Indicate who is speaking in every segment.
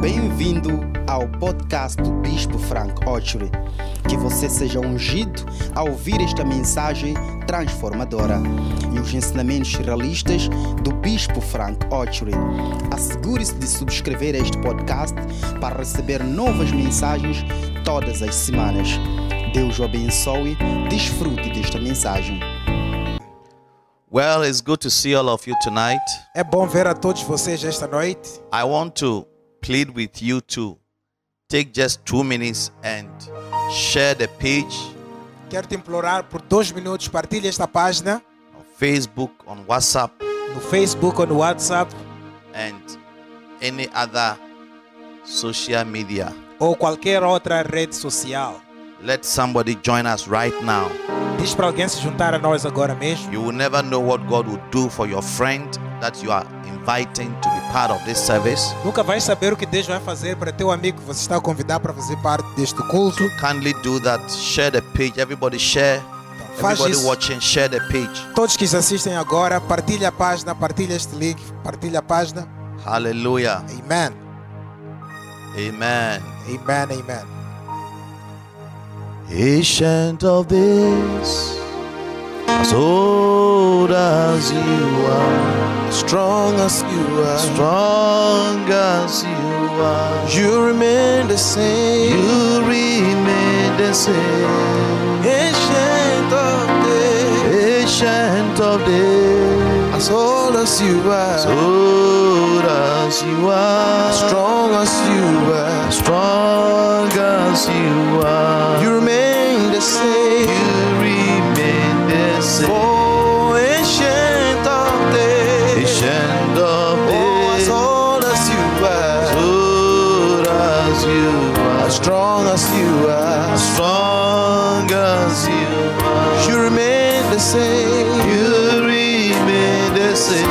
Speaker 1: Bem-vindo ao podcast do Bispo Frank Ochre. Que você seja ungido ao ouvir esta mensagem transformadora e os ensinamentos realistas do Bispo Frank Ochre. Assegure-se de subscrever este podcast para receber novas mensagens todas as semanas. Deus o abençoe. Desfrute desta mensagem.
Speaker 2: Well, it's good to see all of you tonight.
Speaker 3: É bom ver a todos vocês esta noite.
Speaker 2: I want to plead with you to take just two minutes and share the page
Speaker 3: Quero te implorar por dois minutos, partilhe esta página
Speaker 2: on Facebook, on WhatsApp,
Speaker 3: no Facebook ou no WhatsApp
Speaker 2: and any other social media.
Speaker 3: ou qualquer outra rede social.
Speaker 2: Let somebody join us right now.
Speaker 3: Diz para alguém se juntar a nós agora mesmo.
Speaker 2: You will never know what God will do for your friend that you are inviting to be part of this service.
Speaker 3: Nunca vais saber o que Deus vai fazer para teu amigo que você está a convidar para fazer parte deste culto.
Speaker 2: Kindly do that. Share the page. Everybody share.
Speaker 3: Então, faz
Speaker 2: Everybody
Speaker 3: isso.
Speaker 2: watching, share the page.
Speaker 3: Todos que assistem agora, partilhe a página, partilhe este link, partilhe a página.
Speaker 2: Hallelujah.
Speaker 3: Amen.
Speaker 2: Amen.
Speaker 3: Amen, amen.
Speaker 2: Ancient of this, as old as you are,
Speaker 4: Strong as you are,
Speaker 2: strong as you are,
Speaker 4: you remain the same.
Speaker 2: you remain the same.
Speaker 4: Ancient of days,
Speaker 2: Ancient of days,
Speaker 4: as old as you are,
Speaker 2: as old as you are,
Speaker 4: strong as you are,
Speaker 2: strong as you are,
Speaker 4: you remain the
Speaker 2: you
Speaker 4: same.
Speaker 2: remain the same.
Speaker 4: Oh, ancient of days,
Speaker 2: Ancient of
Speaker 4: oh, as
Speaker 2: days.
Speaker 4: old as you are,
Speaker 2: Good as you are,
Speaker 4: strong as you are,
Speaker 2: strong as you are,
Speaker 4: you remain the same.
Speaker 2: you remain the same.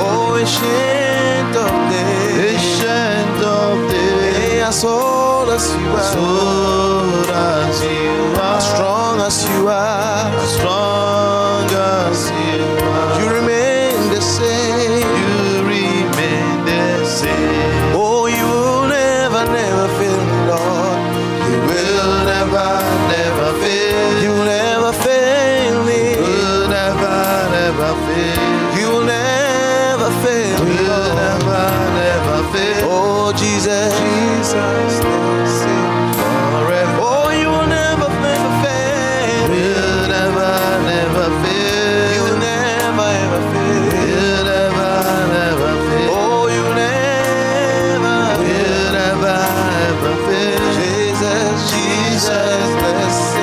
Speaker 4: Oh, ancient of days,
Speaker 2: Patient of
Speaker 4: eh,
Speaker 2: days,
Speaker 4: as old as you are.
Speaker 2: good as you are,
Speaker 4: strong as you are,
Speaker 2: strong as you are,
Speaker 4: you remain the same.
Speaker 2: you remain the same.
Speaker 4: Oh, you will never, never fail me, Lord. You will
Speaker 2: Will never, never fail.
Speaker 4: you will never fail me.
Speaker 2: will never, never fail.
Speaker 4: You will never fail me,
Speaker 2: Will
Speaker 4: Lord.
Speaker 2: never, never fail.
Speaker 4: Oh, Jesus, Jesus,
Speaker 2: Forever.
Speaker 4: Oh, you will never, never fail me.
Speaker 2: Will never, never
Speaker 4: You
Speaker 2: fail.
Speaker 4: will never, ever fail.
Speaker 2: Will never, never fail.
Speaker 4: Oh, you will never.
Speaker 2: Will never, never fail.
Speaker 4: Jesus, Jesus, desce.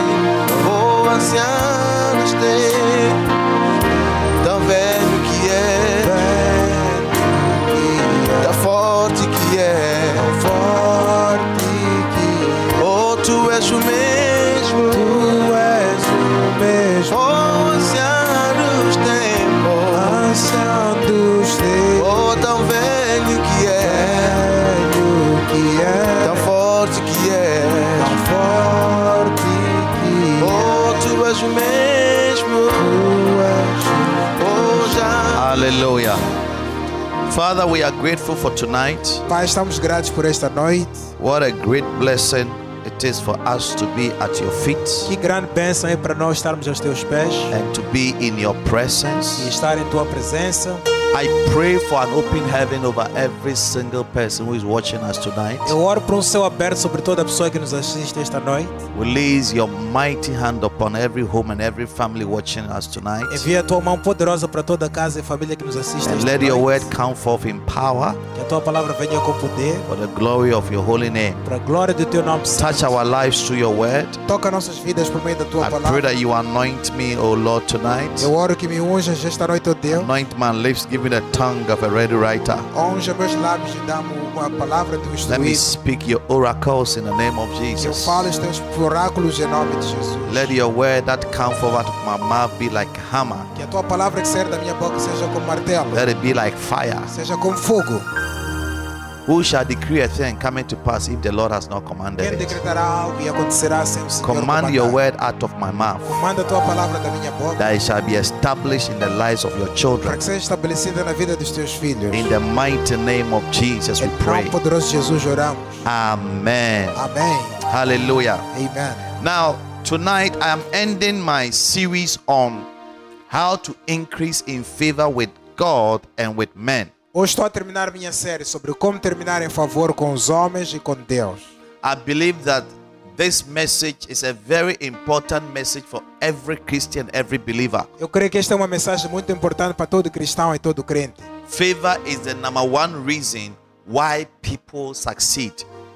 Speaker 4: Oh, ancianos tem tão velho que é, tão forte que é, forte que. Oh, tu és o mesmo, tu és o mesmo. Oh, ancianos tem, oh, ancianos tem. Oh, tão velho que é, velho que é, tão forte que é, tão forte que. Oh, tu és o mesmo, tu és. Oh, já.
Speaker 2: Hallelujah. Father, we are grateful for tonight.
Speaker 3: Pai, estamos gratos por esta noite.
Speaker 2: What a great blessing it is for us to be at your feet
Speaker 3: Que grande bênção é para nós estarmos aos teus pés
Speaker 2: and to be in your
Speaker 3: e
Speaker 2: presence.
Speaker 3: estar em tua presença.
Speaker 2: I pray for an open heaven over every single person who is watching us tonight.
Speaker 3: Eu oro por um céu aberto sobre toda a pessoa que nos assiste esta noite.
Speaker 2: Release your mighty hand upon every home and every family watching us tonight.
Speaker 3: Envia a tua mão poderosa para toda a casa e família que nos assiste
Speaker 2: And
Speaker 3: esta
Speaker 2: let
Speaker 3: noite.
Speaker 2: your word come forth in power
Speaker 3: Que a tua palavra venha com poder
Speaker 2: for the glory of your holy name.
Speaker 3: para a glória do teu nome. Santo.
Speaker 2: Touch our lives through your word.
Speaker 3: Toca nossas vidas por meio da tua
Speaker 2: I pray
Speaker 3: palavra.
Speaker 2: that you anoint me, O Lord, tonight.
Speaker 3: Eu oro que me unjas esta noite, ó Deus.
Speaker 2: Anoint my lips, give me the tongue of a ready writer.
Speaker 3: Unja meus lábios e dá-me a palavra do
Speaker 2: Let me
Speaker 3: instruído.
Speaker 2: speak your oracles in the name of
Speaker 3: Eu
Speaker 2: Jesus.
Speaker 3: falo os teus oráculos em nome de Jesus.
Speaker 2: Let your word that come forth out of my mouth be like hammer.
Speaker 3: Que a tua palavra que sair da minha boca seja como martelo,
Speaker 2: Let it be like fire.
Speaker 3: seja como fogo.
Speaker 2: Who shall decree a thing coming to pass if the Lord has not
Speaker 3: Quem
Speaker 2: commanded it?
Speaker 3: decretará algo e acontecerá sem o Senhor
Speaker 2: Command your
Speaker 3: comandar?
Speaker 2: word out of my mouth
Speaker 3: Comanda a tua palavra da minha boca
Speaker 2: that it shall be established in the lives of your
Speaker 3: para
Speaker 2: children.
Speaker 3: que seja estabelecida na vida dos teus filhos.
Speaker 2: In the mighty name of Jesus, we
Speaker 3: Em nome
Speaker 2: pray.
Speaker 3: poderoso de Jesus oramos.
Speaker 2: Amen.
Speaker 3: Amém.
Speaker 2: Hallelujah.
Speaker 3: Amen.
Speaker 2: Now, tonight I am ending my series on how to increase in favor with God and with men.
Speaker 3: Hoje estou a terminar minha série sobre como terminar em favor com os homens e com Deus.
Speaker 2: I believe that this message is a very important message for every Christian, every believer.
Speaker 3: Eu creio que esta é uma mensagem muito importante para todo cristão e todo crente.
Speaker 2: Favor is the number one reason why people succeed.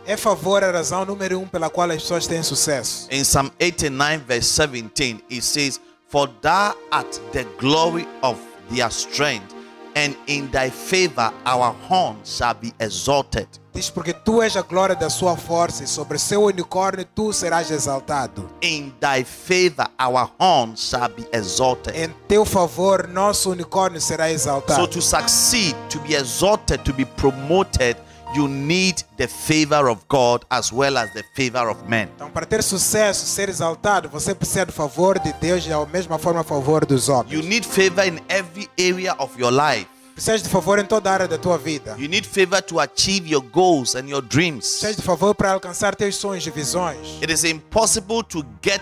Speaker 3: É favor a razão número um pela qual as pessoas têm sucesso.
Speaker 2: In Psalm 89, verse 17, it says, For thou art the glory of their strength, and in thy favor our horn shall be exalted.
Speaker 3: Diz porque tu és a glória da sua força e sobre seu unicórnio tu serás exaltado.
Speaker 2: In thy favor our horn shall be exalted.
Speaker 3: Em teu favor nosso unicórnio será
Speaker 2: So
Speaker 3: exaltado.
Speaker 2: to succeed, to be exalted, to be promoted, you need the favor of God as well as the favor of men.
Speaker 3: Então para ter sucesso, ser exaltado, você precisa do favor de Deus e da mesma forma favor dos
Speaker 2: You
Speaker 3: homens.
Speaker 2: need favor in every area of your life.
Speaker 3: Precisas de favor em toda a área da tua vida.
Speaker 2: You need favor to achieve your goals and your dreams.
Speaker 3: Precisas de favor para alcançar teus sonhos e visões.
Speaker 2: It is impossible to get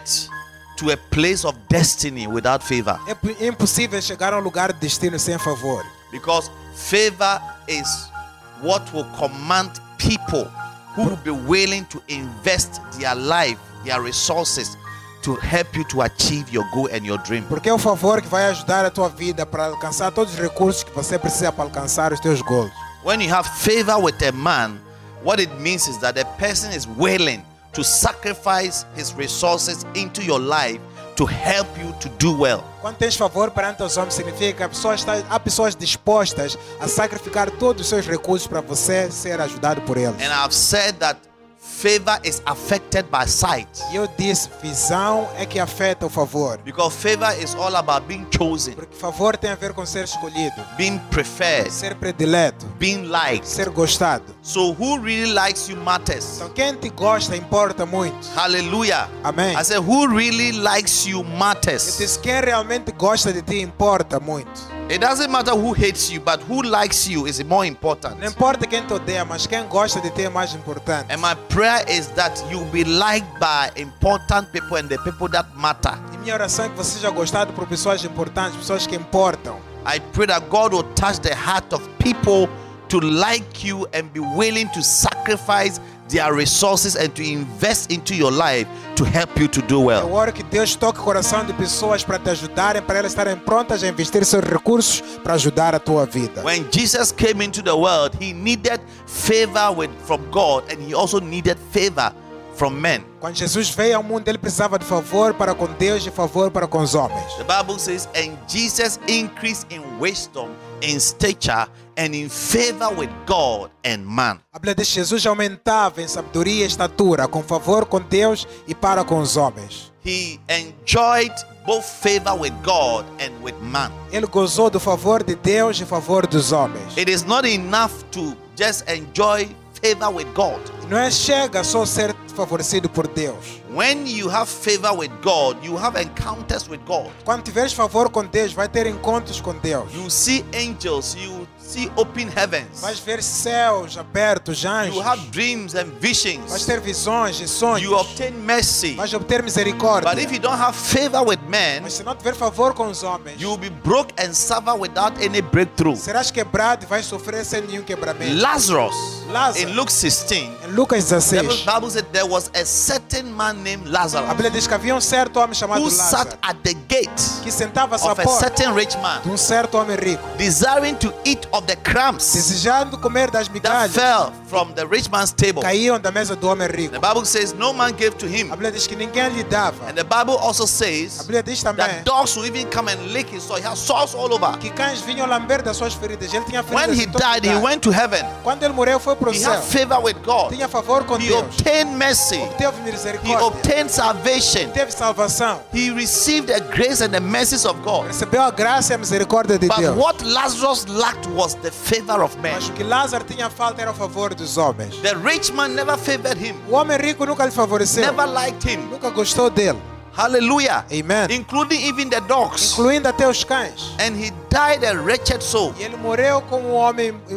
Speaker 2: to a place of destiny without favor
Speaker 3: É p- É impossível chegar a um lugar de destino sem favor.
Speaker 2: because favor is what will command people who will be willing to invest their life, their resources to help you to achieve your goal and your dream.
Speaker 3: Porque é o favor que vai ajudar a tua vida para alcançar todos os recursos que você precisa para alcançar os teus goals.
Speaker 2: When you have favor with a man, what it means is that a person is willing to sacrifice his resources into your life to help you to do well.
Speaker 3: Quando tens favor perante os homens, significa que a pessoa está, há pessoas dispostas a sacrificar todos os seus recursos para você ser ajudado por eles.
Speaker 2: And I've said that favor is affected by sight.
Speaker 3: E eu disse, visão é que afeta o favor.
Speaker 2: Because favor is all about being chosen,
Speaker 3: Porque favor tem a ver com ser escolhido,
Speaker 2: being preferred,
Speaker 3: ser predileto,
Speaker 2: being liked.
Speaker 3: ser gostado.
Speaker 2: So who really likes you matters.
Speaker 3: Então quem te gosta importa muito.
Speaker 2: Hallelujah.
Speaker 3: Amém.
Speaker 2: I said, who really likes you
Speaker 3: Eu
Speaker 2: matters.
Speaker 3: disse, quem realmente gosta de ti importa muito.
Speaker 2: It doesn't matter who hates you, but who likes you is more
Speaker 3: Não
Speaker 2: important.
Speaker 3: importa quem te odeia, mas quem gosta de ti é mais importante.
Speaker 2: And my prayer is that you'll be liked by important people and the people that matter.
Speaker 3: E minha oração é que você seja gostado por pessoas importantes, pessoas que importam.
Speaker 2: I pray that God will touch the heart of people to like you and be willing to sacrifice their resources and to invest into your life to help you to do
Speaker 3: Eu
Speaker 2: well.
Speaker 3: oro que Deus toque o coração de pessoas para te ajudarem, para elas estarem prontas a investir seus recursos para ajudar a tua vida.
Speaker 2: When Jesus came into the world, he needed favor with, from God and he also needed favor from men.
Speaker 3: Quando Jesus veio ao mundo, ele precisava de favor para com Deus e favor para com os homens.
Speaker 2: The Bible says, and Jesus increased in wisdom, in stature, and in favor with God and man.
Speaker 3: A Bíblia diz que Jesus aumentava em sabedoria e estatura, com favor com Deus e para com os homens.
Speaker 2: He enjoyed both favor with God and with man.
Speaker 3: Ele gozou do favor de Deus e favor dos homens.
Speaker 2: It is not enough to just enjoy favor with God.
Speaker 3: Não é chega só ser favorecido por Deus.
Speaker 2: When you have favor with God, you have encounters with God.
Speaker 3: Quando tiveres favor com Deus, vai ter encontros com Deus.
Speaker 2: You see angels, you see open
Speaker 3: Vais
Speaker 2: heavens,
Speaker 3: ver céus abertos,
Speaker 2: you
Speaker 3: anjos.
Speaker 2: have dreams and
Speaker 3: Vais
Speaker 2: visions,
Speaker 3: ter visões e sonhos.
Speaker 2: you obtain mercy.
Speaker 3: Vais obter misericórdia.
Speaker 2: But if you don't have favor with men,
Speaker 3: Mas se não tiver favor com os homens,
Speaker 2: you will be broke and suffer without any breakthrough.
Speaker 3: serás quebrado e vais sofrer sem nenhum quebramento.
Speaker 2: Lazarus,
Speaker 3: Lazarus.
Speaker 2: in Luke 16,
Speaker 3: Em Lucas
Speaker 2: the
Speaker 3: 16,
Speaker 2: Bible said there was a certain man named
Speaker 3: a
Speaker 2: Lazarus
Speaker 3: Bíblia diz que havia um certo homem chamado
Speaker 2: who sat
Speaker 3: Lázaro
Speaker 2: at the gate
Speaker 3: que sentava-se à
Speaker 2: of a
Speaker 3: porta
Speaker 2: certain rich man.
Speaker 3: de um certo homem rico,
Speaker 2: desiring to eat of the crumbs
Speaker 3: desejando comer das
Speaker 2: that
Speaker 3: migalhas
Speaker 2: fell from the rich man's table.
Speaker 3: caíam da mesa do homem rico.
Speaker 2: The Bible says no man gave to him.
Speaker 3: A Bíblia diz que ninguém lhe dava.
Speaker 2: And the Bible also
Speaker 3: A
Speaker 2: says
Speaker 3: Bíblia diz também
Speaker 2: that dogs will even come and lick his sore. He has sores all over.
Speaker 3: que cães vinham lamber das suas feridas. Ele tinha
Speaker 2: When
Speaker 3: feridas
Speaker 2: he
Speaker 3: em todo
Speaker 2: died, he
Speaker 3: lugar.
Speaker 2: went to heaven.
Speaker 3: Quando ele morreu, foi para o
Speaker 2: He
Speaker 3: céu.
Speaker 2: had favor with God.
Speaker 3: Tinha favor com
Speaker 2: He
Speaker 3: Deus.
Speaker 2: obtained mercy.
Speaker 3: Obteve
Speaker 2: He
Speaker 3: misericórdia.
Speaker 2: obtained salvation.
Speaker 3: Teve salvação.
Speaker 2: He received the grace and the mercies of God.
Speaker 3: Recebeu a graça e a misericórdia de
Speaker 2: But
Speaker 3: Deus.
Speaker 2: what Lazarus lacked was the favor of men.
Speaker 3: Mas o que Lázaro tinha falta era o favor dos homens.
Speaker 2: The rich man never favored him,
Speaker 3: O homem rico nunca lhe favoreceu.
Speaker 2: never liked him.
Speaker 3: Nunca gostou dele.
Speaker 2: Hallelujah.
Speaker 3: Amen.
Speaker 2: Including even the dogs.
Speaker 3: Incluindo até os cães.
Speaker 2: And he died a wretched soul.
Speaker 3: E ele morreu como um homem eh,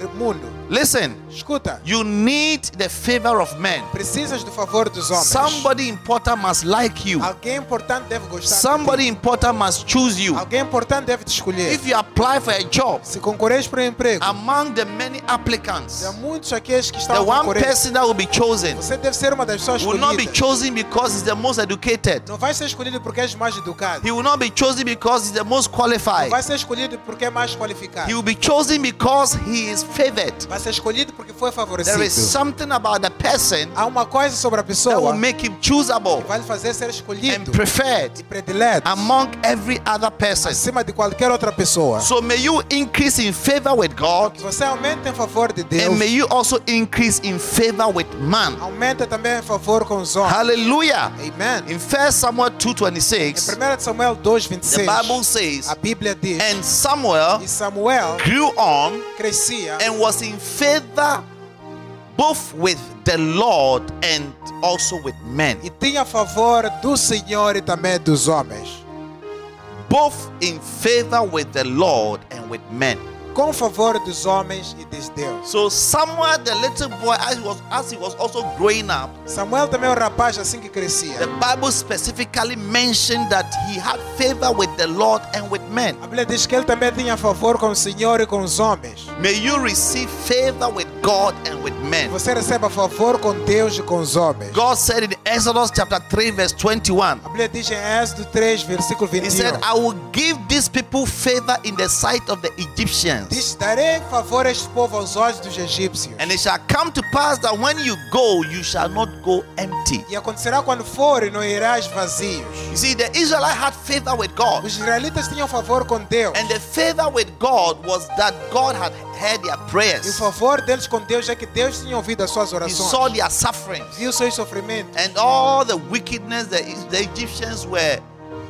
Speaker 3: eh, imundo.
Speaker 2: Listen,
Speaker 3: Escuta,
Speaker 2: you need the favor of men.
Speaker 3: precisas do favor dos homens.
Speaker 2: Somebody important must like you.
Speaker 3: Alguém importante deve gostar. de
Speaker 2: Somebody
Speaker 3: ti.
Speaker 2: important must choose you.
Speaker 3: Alguém importante deve te escolher.
Speaker 2: If you apply for a job,
Speaker 3: Se concorres para um emprego,
Speaker 2: among the many applicants,
Speaker 3: há muitos aqueles que
Speaker 2: the
Speaker 3: estão
Speaker 2: one
Speaker 3: concorrendo.
Speaker 2: person that will be chosen
Speaker 3: Você deve ser uma das pessoas
Speaker 2: will not be
Speaker 3: escolhidas.
Speaker 2: chosen because he's the most educated.
Speaker 3: Não vai ser escolhido porque és mais educado.
Speaker 2: He will not be chosen because he's the most
Speaker 3: Não
Speaker 2: qualified.
Speaker 3: vai ser escolhido porque é mais qualificado.
Speaker 2: He will be chosen because he is favored.
Speaker 3: Vai ser escolhido porque foi
Speaker 2: There is
Speaker 3: favorecido.
Speaker 2: something about the person
Speaker 3: Há uma coisa sobre a
Speaker 2: that will
Speaker 3: pessoa
Speaker 2: make him choosable
Speaker 3: que vai lhe fazer ser
Speaker 2: and
Speaker 3: escolhido
Speaker 2: preferred
Speaker 3: e predileto
Speaker 2: among every other person.
Speaker 3: acima de qualquer outra pessoa.
Speaker 2: So may you increase in favor with God
Speaker 3: Que você aumente em favor de Deus,
Speaker 2: and may you also increase in favor with man.
Speaker 3: aumenta também em favor com os homens.
Speaker 2: Hallelujah.
Speaker 3: Amen.
Speaker 2: In 1 Samuel
Speaker 3: Em
Speaker 2: 2:26,
Speaker 3: 1 Samuel 2,
Speaker 2: the
Speaker 3: 26,
Speaker 2: Bible
Speaker 3: a
Speaker 2: says, "É
Speaker 3: Bíblia diz:
Speaker 2: "And Samuel
Speaker 3: E Samuel
Speaker 2: grew on
Speaker 3: crescia
Speaker 2: and was in favor both with the Lord and also with men.
Speaker 3: e tinha favor do Senhor e também dos homens.
Speaker 2: Both in favor with the Lord and with men."
Speaker 3: Com favor dos homens e de Deus.
Speaker 2: So Samuel, the little boy, as he was as he was also growing up,
Speaker 3: Samuel também é um rapaz assim que crescia.
Speaker 2: the Bible specifically mentioned that he had favor with the Lord and with men.
Speaker 3: A Bíblia diz que ele também tinha favor com o Senhor e com os homens.
Speaker 2: May you receive favor with God and with men.
Speaker 3: Você receba favor com Deus e com os homens.
Speaker 2: God said in Exodus chapter 3, verse 21,
Speaker 3: A Bíblia diz em Êxodo 3, versículo
Speaker 2: He
Speaker 3: 21.
Speaker 2: said, I will give these people favor in the sight of the Egyptians.
Speaker 3: Diz, darei favor a este povo aos olhos dos egípcios.
Speaker 2: And it shall come to pass that when you go, you shall not go empty.
Speaker 3: E acontecerá quando for e não irás vazios.
Speaker 2: You see, the Israelites had favor with God.
Speaker 3: Os israelitas tinham favor com Deus.
Speaker 2: And the favor with God was that God had heard their
Speaker 3: E o
Speaker 2: prayers,
Speaker 3: favor deles com Deus é que Deus tinha ouvido as suas
Speaker 2: He
Speaker 3: orações.
Speaker 2: saw their sufferings,
Speaker 3: Viu seus sofrimentos.
Speaker 2: and all the wickedness that the Egyptians were,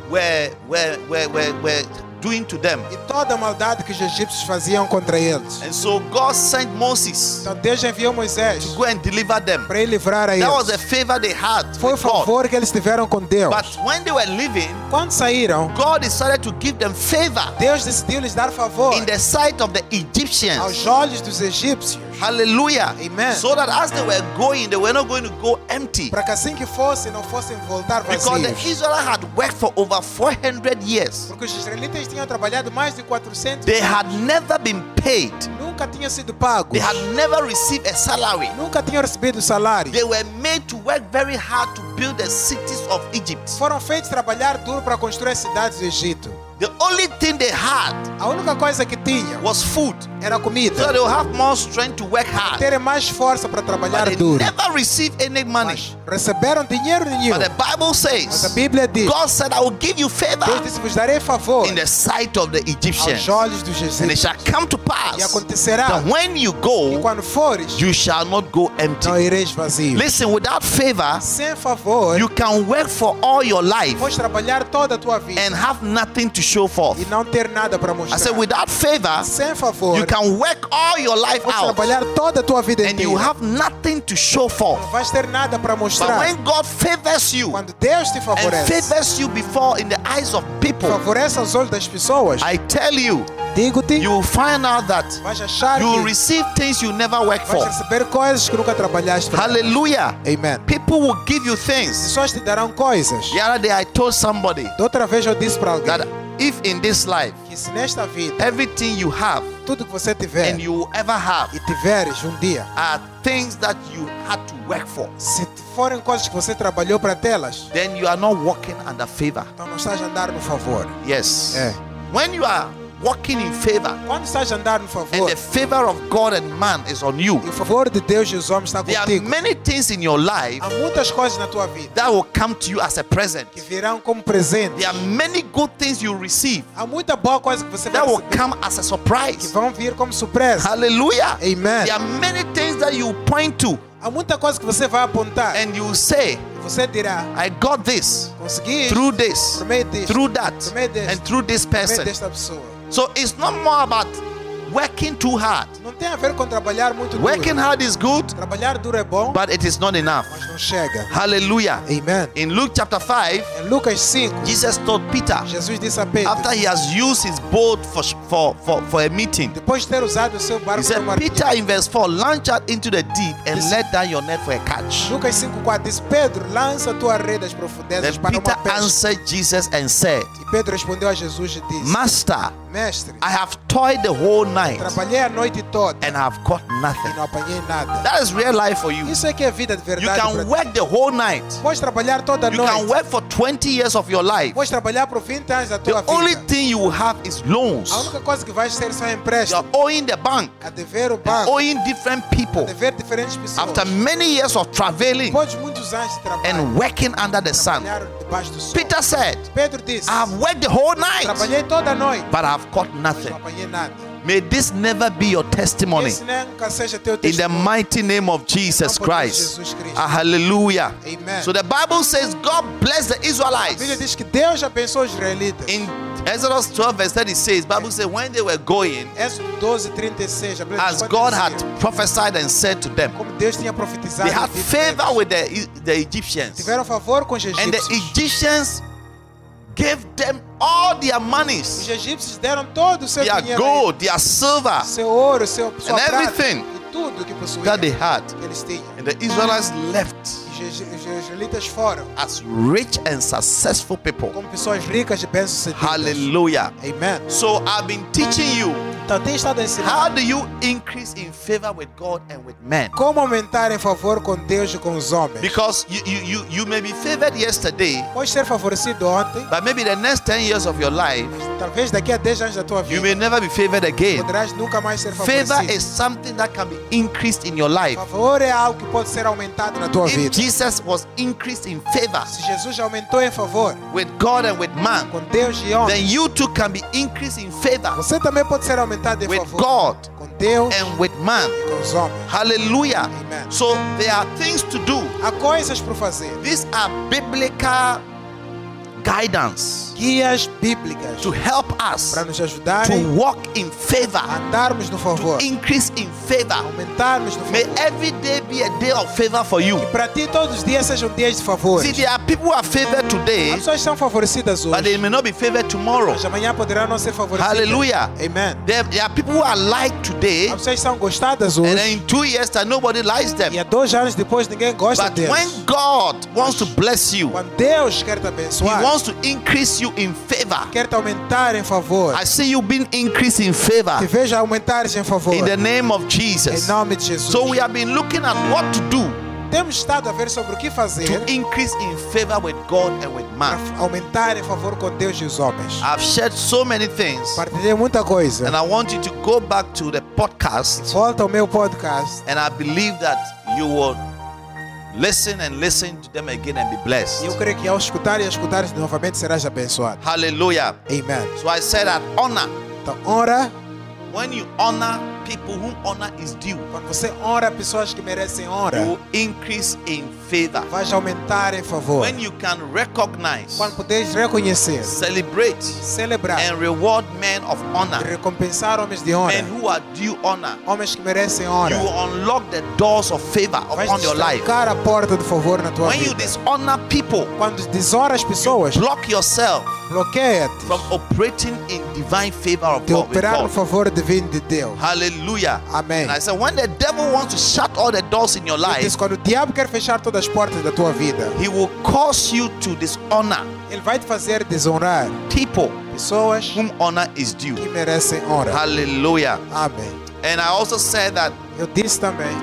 Speaker 2: were, were, were, were, were doing to them.
Speaker 3: E toda a maldade que os egípcios faziam contra eles.
Speaker 2: And so God sent Moses
Speaker 3: Então Deus enviou Moisés
Speaker 2: to go and deliver them.
Speaker 3: para ele livrar a
Speaker 2: That was the
Speaker 3: eles.
Speaker 2: favor they had
Speaker 3: Foi o
Speaker 2: with God.
Speaker 3: favor que eles tiveram com Deus.
Speaker 2: But when they were leaving,
Speaker 3: Quando saíram,
Speaker 2: God decided to give them favor
Speaker 3: Deus decidiu lhes dar favor
Speaker 2: in the sight of the
Speaker 3: aos
Speaker 2: Egyptians.
Speaker 3: olhos dos egípcios.
Speaker 2: Hallelujah.
Speaker 3: Amen.
Speaker 2: So that as they were going, they were not going to go empty.
Speaker 3: Para que assim que fosse, não fossem voltar
Speaker 2: Because the
Speaker 3: vazios.
Speaker 2: Israelites had worked for over 400 years.
Speaker 3: Porque os israelitas tinham trabalhado mais de 400
Speaker 2: They had never been paid,
Speaker 3: Nunca tinham sido pagos.
Speaker 2: they had never received a salary.
Speaker 3: Nunca tinham recebido salário.
Speaker 2: They were made to work very hard to build the cities of Egypt.
Speaker 3: Foram feitos trabalhar duro para construir as cidades do Egito.
Speaker 2: The only thing they had
Speaker 3: A única coisa que tinham
Speaker 2: was food.
Speaker 3: era
Speaker 2: So that
Speaker 3: comida.
Speaker 2: they will have more strength to work hard.
Speaker 3: Terem mais força para
Speaker 2: But
Speaker 3: trabalhar
Speaker 2: they
Speaker 3: duro.
Speaker 2: never received any money.
Speaker 3: Mas receberam dinheiro nenhum.
Speaker 2: But the Bible
Speaker 3: Mas a
Speaker 2: says,
Speaker 3: Bíblia diz:
Speaker 2: God said, I will give you
Speaker 3: Deus
Speaker 2: favor
Speaker 3: disse: vos darei favor
Speaker 2: in the sight of the Egyptians.
Speaker 3: aos olhos dos
Speaker 2: And it
Speaker 3: egípcios.
Speaker 2: shall come to
Speaker 3: E
Speaker 2: pass
Speaker 3: acontecerá
Speaker 2: that when you
Speaker 3: que
Speaker 2: go,
Speaker 3: quando fores,
Speaker 2: Então, you shall not go
Speaker 3: não
Speaker 2: empty.
Speaker 3: ireis vazio.
Speaker 2: Listen, without favor,
Speaker 3: Sem favor,
Speaker 2: you can work for all your life
Speaker 3: podes trabalhar toda a tua vida
Speaker 2: and have nothing to show
Speaker 3: e
Speaker 2: forth.
Speaker 3: não ter nada para
Speaker 2: I said,
Speaker 3: mostrar.
Speaker 2: without favor,
Speaker 3: Sem favor,
Speaker 2: you can work all your life
Speaker 3: podes
Speaker 2: out
Speaker 3: trabalhar toda a tua vida
Speaker 2: and you
Speaker 3: inteira.
Speaker 2: have nothing to show forth.
Speaker 3: Não vais ter nada para
Speaker 2: But
Speaker 3: mostrar.
Speaker 2: when God favors you
Speaker 3: Quando Deus te
Speaker 2: and
Speaker 3: favorece,
Speaker 2: favors you before in the eyes of people,
Speaker 3: favorece aos olhos das pessoas,
Speaker 2: I tell you,
Speaker 3: digo-te,
Speaker 2: you will find out that
Speaker 3: vais achar
Speaker 2: you will
Speaker 3: que
Speaker 2: receive things you never work
Speaker 3: vais
Speaker 2: for.
Speaker 3: receber coisas que nunca trabalhaste. para.
Speaker 2: Hallelujah.
Speaker 3: Amen.
Speaker 2: People will give you things.
Speaker 3: Pessoas te darão coisas.
Speaker 2: The other day, I told somebody
Speaker 3: Da outra vez eu disse para alguém
Speaker 2: that if in this life,
Speaker 3: que se nesta vida
Speaker 2: everything you have
Speaker 3: tudo que você tiver
Speaker 2: and you will ever have
Speaker 3: e tiveres um dia,
Speaker 2: are things that you had to work for,
Speaker 3: se forem coisas que você trabalhou para telas,
Speaker 2: then you are not walking under favor.
Speaker 3: então não estás a andar no favor.
Speaker 2: Yes.
Speaker 3: É.
Speaker 2: When you are walking in favor,
Speaker 3: Quando estás a andar no
Speaker 2: and
Speaker 3: favor,
Speaker 2: the favor of God and man is on you,
Speaker 3: e o favor de Deus e os homens está
Speaker 2: there are
Speaker 3: contigo.
Speaker 2: many things in your life
Speaker 3: Há muitas coisas na tua vida
Speaker 2: that will come to you as a present.
Speaker 3: que virão como presente.
Speaker 2: There are many good things you receive
Speaker 3: Há muita boa coisa que você vai
Speaker 2: that will
Speaker 3: receber
Speaker 2: come as a
Speaker 3: que
Speaker 2: surprise.
Speaker 3: vão vir como surpresa.
Speaker 2: Hallelujah.
Speaker 3: Amen.
Speaker 2: There are many things that you point to
Speaker 3: Há muita coisa que você vai apontar.
Speaker 2: and you say,
Speaker 3: Você dirá,
Speaker 2: I got this
Speaker 3: consegui isto,
Speaker 2: through this,
Speaker 3: por meio disto,
Speaker 2: through
Speaker 3: por
Speaker 2: that,
Speaker 3: meio deste,
Speaker 2: and through this
Speaker 3: por meio
Speaker 2: person.
Speaker 3: desta pessoa.
Speaker 2: So it's not more about working too hard.
Speaker 3: Não tem a ver com trabalhar muito
Speaker 2: Working
Speaker 3: duro.
Speaker 2: hard is good,
Speaker 3: Trabalhar duro é bom,
Speaker 2: but it is not enough.
Speaker 3: mas não chega.
Speaker 2: Hallelujah.
Speaker 3: Amen.
Speaker 2: In Luke chapter 5,
Speaker 3: Em Lucas 5,
Speaker 2: Jesus told Peter,
Speaker 3: Jesus disse a Pedro,
Speaker 2: after he has used his boat for, for, for, for a meeting,
Speaker 3: depois de ter usado o seu
Speaker 2: he
Speaker 3: barco
Speaker 2: said,
Speaker 3: para
Speaker 2: Peter, in verse 4, launch out into the deep and
Speaker 3: Yes.
Speaker 2: let down your net for a catch.
Speaker 3: Lucas 5,4 diz: Pedro, lança tua rede às
Speaker 2: Then
Speaker 3: profundezas para
Speaker 2: Peter
Speaker 3: uma pesca.
Speaker 2: answered Jesus and said,
Speaker 3: E Pedro respondeu a Jesus e disse:
Speaker 2: Master,
Speaker 3: Mestre,
Speaker 2: I have toiled the whole night
Speaker 3: trabalhei a noite toda
Speaker 2: and I've got
Speaker 3: e
Speaker 2: nothing.
Speaker 3: não apanhei nada.
Speaker 2: That is real life for you.
Speaker 3: Isso é que é vida de
Speaker 2: You
Speaker 3: verdade. pra
Speaker 2: can
Speaker 3: ti.
Speaker 2: work the whole night.
Speaker 3: Podes trabalhar toda a
Speaker 2: You can
Speaker 3: noite.
Speaker 2: work for 20 years of your life.
Speaker 3: Podes trabalhar por 20 anos da tua
Speaker 2: The only
Speaker 3: vida.
Speaker 2: thing you will have is loans.
Speaker 3: A única coisa que vais ter são
Speaker 2: You are
Speaker 3: empréstimos.
Speaker 2: owing the bank,
Speaker 3: A é dever o
Speaker 2: and
Speaker 3: banco,
Speaker 2: owing different
Speaker 3: a
Speaker 2: people.
Speaker 3: dever diferentes pessoas.
Speaker 2: After many years of traveling
Speaker 3: Depois de muitos anos de trabalho,
Speaker 2: and working under the sun,
Speaker 3: trabalharam debaixo do sol.
Speaker 2: Peter Ah, said,
Speaker 3: Pedro disse:
Speaker 2: I have worked the whole night,
Speaker 3: Trabalhei toda a noite,
Speaker 2: but I've got
Speaker 3: mas
Speaker 2: nothing.
Speaker 3: não apanhei nada.
Speaker 2: May this never be your testimony.
Speaker 3: Esse é nunca seja teu
Speaker 2: In the
Speaker 3: testemunho.
Speaker 2: mighty name of Jesus
Speaker 3: Em nome de
Speaker 2: Christ.
Speaker 3: Jesus Cristo.
Speaker 2: Ah, hallelujah.
Speaker 3: Amen.
Speaker 2: So the Bible says God bless the
Speaker 3: A Bíblia
Speaker 2: Israelites.
Speaker 3: diz que Deus abençoou os israelitas.
Speaker 2: In Exodus 12 verse 36, Bible says when they were going,
Speaker 3: Êxodo 12, 36. A Bíblia diz
Speaker 2: as
Speaker 3: quando
Speaker 2: God had
Speaker 3: eles iam,
Speaker 2: prophesied and said to them,
Speaker 3: Como Deus tinha profetizado.
Speaker 2: they had
Speaker 3: e dito
Speaker 2: favor
Speaker 3: deles.
Speaker 2: with the, the Egyptians.
Speaker 3: Tiveram favor com os
Speaker 2: And the
Speaker 3: egípcios.
Speaker 2: Egyptians gave them all their
Speaker 3: Os
Speaker 2: monies,
Speaker 3: egípcios deram todo o seu
Speaker 2: their
Speaker 3: dinheiro. a
Speaker 2: gold, their silver
Speaker 3: eles, Seu ouro, seu sua
Speaker 2: And
Speaker 3: prata,
Speaker 2: everything
Speaker 3: E tudo que possuíam.
Speaker 2: that they had.
Speaker 3: que Eles tinham.
Speaker 2: And the Israelites left
Speaker 3: Os ege- os israelitas foram
Speaker 2: as rich and successful people.
Speaker 3: como pessoas ricas e bem-sucedidas.
Speaker 2: Hallelujah.
Speaker 3: Amen.
Speaker 2: So I've been teaching you
Speaker 3: Então tem estado a ensinar
Speaker 2: how do you increase in favor with God and with men?
Speaker 3: como aumentar em favor com Deus e com os homens.
Speaker 2: Because you, you, you, you may be favored yesterday,
Speaker 3: Pode ser favorecido ontem,
Speaker 2: but maybe the next 10 years of your life,
Speaker 3: mas talvez daqui a 10 anos da tua
Speaker 2: you
Speaker 3: vida.
Speaker 2: may never be favored again.
Speaker 3: poderás nunca mais ser favorecido.
Speaker 2: Favor is something that can be increased in your life.
Speaker 3: Favor é algo que pode ser aumentado na tua
Speaker 2: If
Speaker 3: vida.
Speaker 2: Jesus was increased in favor
Speaker 3: Se Jesus aumentou em favor
Speaker 2: with God and with man,
Speaker 3: com Deus e homem,
Speaker 2: then you too can be increased in favor
Speaker 3: você também pode ser aumentado em
Speaker 2: with
Speaker 3: favor
Speaker 2: God
Speaker 3: com Deus
Speaker 2: and with man.
Speaker 3: e com os homens.
Speaker 2: Hallelujah.
Speaker 3: Amen.
Speaker 2: So there are things to do.
Speaker 3: Há coisas por fazer.
Speaker 2: These are biblical guidance
Speaker 3: Guias bíblicas
Speaker 2: to help us
Speaker 3: para nos ajudarem
Speaker 2: to walk in
Speaker 3: a
Speaker 2: favor,
Speaker 3: andarmos no favor,
Speaker 2: increase in
Speaker 3: a
Speaker 2: favor.
Speaker 3: aumentarmos no
Speaker 2: May
Speaker 3: favor.
Speaker 2: every day be a day of favor for you.
Speaker 3: Para ti todos os dias sejam dias de favor.
Speaker 2: See, there are people who are favored
Speaker 3: As
Speaker 2: today,
Speaker 3: pessoas são favorecidas
Speaker 2: but
Speaker 3: hoje,
Speaker 2: they may not be favored tomorrow.
Speaker 3: mas amanhã poderão não ser favorecidas.
Speaker 2: Hallelujah.
Speaker 3: Amen.
Speaker 2: There, there are people who are liked today,
Speaker 3: As pessoas são gostadas
Speaker 2: and
Speaker 3: hoje.
Speaker 2: then in two years that nobody likes them.
Speaker 3: E há dois anos depois ninguém gosta
Speaker 2: But
Speaker 3: deles.
Speaker 2: when God wants to bless you, He
Speaker 3: Quando Deus quer te abençoar,
Speaker 2: wants to increase you in favor.
Speaker 3: quer te aumentar em favor.
Speaker 2: I see you being increased in favor
Speaker 3: Te veja aumentares em favor.
Speaker 2: in the name of
Speaker 3: Em
Speaker 2: Jesus.
Speaker 3: nome de Jesus.
Speaker 2: So we have been looking at what to do
Speaker 3: Temos estado a ver sobre o que fazer
Speaker 2: to increase in favor with God and with man.
Speaker 3: para aumentar em favor com Deus e os homens.
Speaker 2: I've shared so many things,
Speaker 3: Partilhei muita coisa.
Speaker 2: and I want you to go back to the podcast,
Speaker 3: Volta ao meu podcast.
Speaker 2: and I believe that you will listen and listen to them again and be
Speaker 3: E eu
Speaker 2: blessed.
Speaker 3: creio que ao escutar e escutar novamente serás abençoado.
Speaker 2: Hallelujah.
Speaker 3: Amen.
Speaker 2: So I said that honor.
Speaker 3: Então, honra.
Speaker 2: When you honor people whom honor is due,
Speaker 3: Quando você honra pessoas que merecem
Speaker 2: you
Speaker 3: honra,
Speaker 2: will increase in favor.
Speaker 3: vais aumentar em favor.
Speaker 2: When you can recognize,
Speaker 3: Quando puderes reconhecer,
Speaker 2: celebrate,
Speaker 3: celebrar
Speaker 2: and reward men of
Speaker 3: e
Speaker 2: honor,
Speaker 3: recompensar homens de
Speaker 2: men
Speaker 3: honra,
Speaker 2: who are due honor,
Speaker 3: homens que merecem honra.
Speaker 2: you will unlock the doors of favor
Speaker 3: Vai
Speaker 2: upon your life.
Speaker 3: destrancar a porta do favor na tua
Speaker 2: When you
Speaker 3: vida.
Speaker 2: dishonor people,
Speaker 3: Quando desonra as pessoas,
Speaker 2: block yourself
Speaker 3: bloqueia-te
Speaker 2: from operating in divine favor of
Speaker 3: de
Speaker 2: God. with
Speaker 3: operar no
Speaker 2: God.
Speaker 3: favor divino de Deus.
Speaker 2: Hallelujah.
Speaker 3: Amém.
Speaker 2: And I said, when the devil wants to shut all the doors in your
Speaker 3: Ele
Speaker 2: life,
Speaker 3: diz, quando o diabo quer fechar todas as portas da tua vida,
Speaker 2: he will cause you to dishonor
Speaker 3: ele vai te fazer desonrar
Speaker 2: people
Speaker 3: pessoas
Speaker 2: whom honor is due.
Speaker 3: que merecem honra.
Speaker 2: Hallelujah.
Speaker 3: Amém.
Speaker 2: And I also said that
Speaker 3: Eu disse também,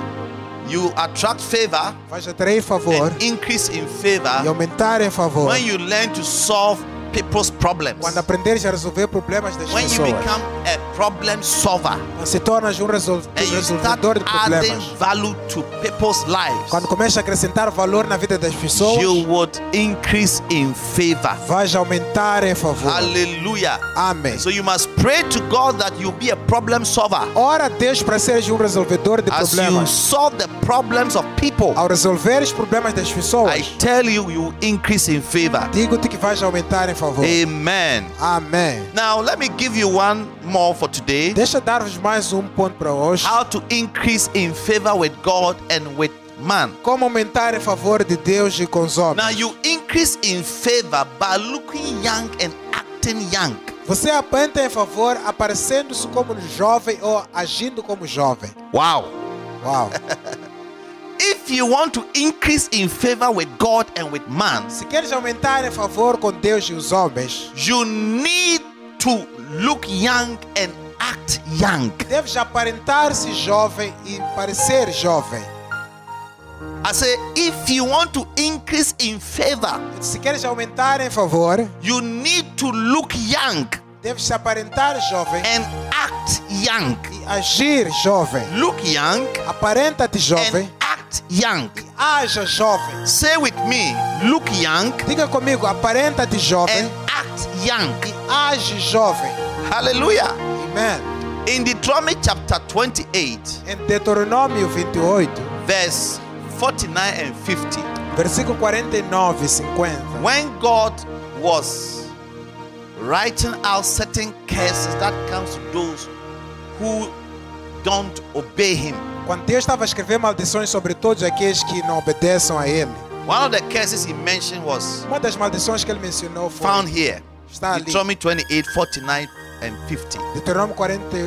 Speaker 2: you attract favor
Speaker 3: vais atrair favor
Speaker 2: and increase in
Speaker 3: e
Speaker 2: favor
Speaker 3: aumentar em favor
Speaker 2: when you learn to solve people's problems.
Speaker 3: Quando aprenderes a resolver problemas das
Speaker 2: When you
Speaker 3: pessoas,
Speaker 2: become a problem solver
Speaker 3: quando se tornas um resol
Speaker 2: and you start
Speaker 3: resolvedor de
Speaker 2: adding
Speaker 3: problemas,
Speaker 2: value to people's lives,
Speaker 3: quando começas a acrescentar valor na vida das pessoas,
Speaker 2: you would increase in favor.
Speaker 3: vais aumentar em favor.
Speaker 2: Hallelujah.
Speaker 3: Amém.
Speaker 2: So you must pray to God that you'll be a problem solver.
Speaker 3: Ora a Deus para seres um resolvedor de
Speaker 2: As you
Speaker 3: problemas.
Speaker 2: solve the problems of people,
Speaker 3: Ao resolveres problemas das
Speaker 2: I
Speaker 3: pessoas,
Speaker 2: tell you, you increase in favor.
Speaker 3: digo-te que vais aumentar em favor.
Speaker 2: Amen.
Speaker 3: Amém.
Speaker 2: Now, let me give you one more for today.
Speaker 3: Deixa eu dar-vos mais um ponto para hoje.
Speaker 2: How to increase in favor with God and with man.
Speaker 3: Como aumentar em favor de Deus e com os
Speaker 2: Now,
Speaker 3: homens.
Speaker 2: you increase in favor by looking young and acting young.
Speaker 3: Você aumenta em favor aparecendo-se como um jovem ou agindo como um jovem.
Speaker 2: Wow.
Speaker 3: Uau.
Speaker 2: If you want to increase in favor with God and with man,
Speaker 3: Se queres aumentar em favor com Deus e os homens,
Speaker 2: you need to look young and act young.
Speaker 3: deves aparentar-se jovem e parecer jovem.
Speaker 2: I say, if you want to increase in favor,
Speaker 3: Se queres aumentar em favor,
Speaker 2: you need to look young
Speaker 3: deves se aparentar jovem
Speaker 2: and act young.
Speaker 3: e agir jovem.
Speaker 2: Look young
Speaker 3: Aparenta-te jovem
Speaker 2: and act young.
Speaker 3: e haja jovem.
Speaker 2: Say with me, look young
Speaker 3: Diga comigo, aparenta-te jovem
Speaker 2: and act young.
Speaker 3: e age jovem.
Speaker 2: Hallelujah.
Speaker 3: Amém.
Speaker 2: In Deuteronomy chapter 28,
Speaker 3: Em Deuteronômio 28,
Speaker 2: verse 49 and 50,
Speaker 3: versículo 49 e 50.
Speaker 2: when God was writing out certain curses that comes to those who don't obey him.
Speaker 3: Quando Deus estava a escrever maldições sobre todos aqueles que não obedeçam a Ele,
Speaker 2: One of the curses he mentioned was
Speaker 3: uma das maldições que Ele mencionou foi
Speaker 2: found here.
Speaker 3: está ali.
Speaker 2: Deuteronomy 28, 49 and 50.
Speaker 3: Deuteronômio 40,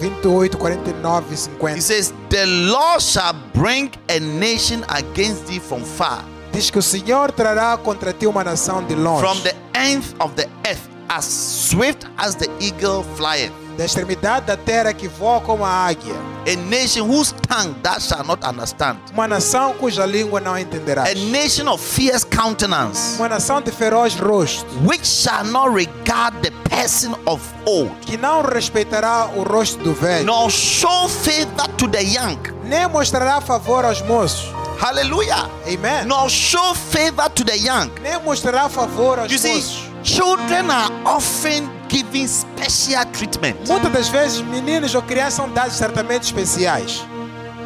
Speaker 3: 28, 49 e
Speaker 2: He
Speaker 3: 50.
Speaker 2: says, The Lord shall bring a nation against thee from far,
Speaker 3: Diz que o Senhor trará contra ti uma nação de longe,
Speaker 2: from the end of the earth, as swift as the eagle flieth.
Speaker 3: da extremidade da terra que voa como a águia,
Speaker 2: A nation whose tongue thou shalt not understand.
Speaker 3: uma nação cuja língua não
Speaker 2: A
Speaker 3: entenderás,
Speaker 2: nation of fierce countenance,
Speaker 3: uma nação de feroz rosto,
Speaker 2: which shall not regard the person of old,
Speaker 3: que não respeitará o rosto do velho,
Speaker 2: nor show favor to the young.
Speaker 3: nem mostrará favor aos moços.
Speaker 2: Hallelujah.
Speaker 3: Amen.
Speaker 2: Nor show favor to the young.
Speaker 3: Nem mostrará favor aos
Speaker 2: You see,
Speaker 3: moços.
Speaker 2: children are often given special treatment.
Speaker 3: Muitas das vezes, meninos ou crianças são dados tratamentos especiais.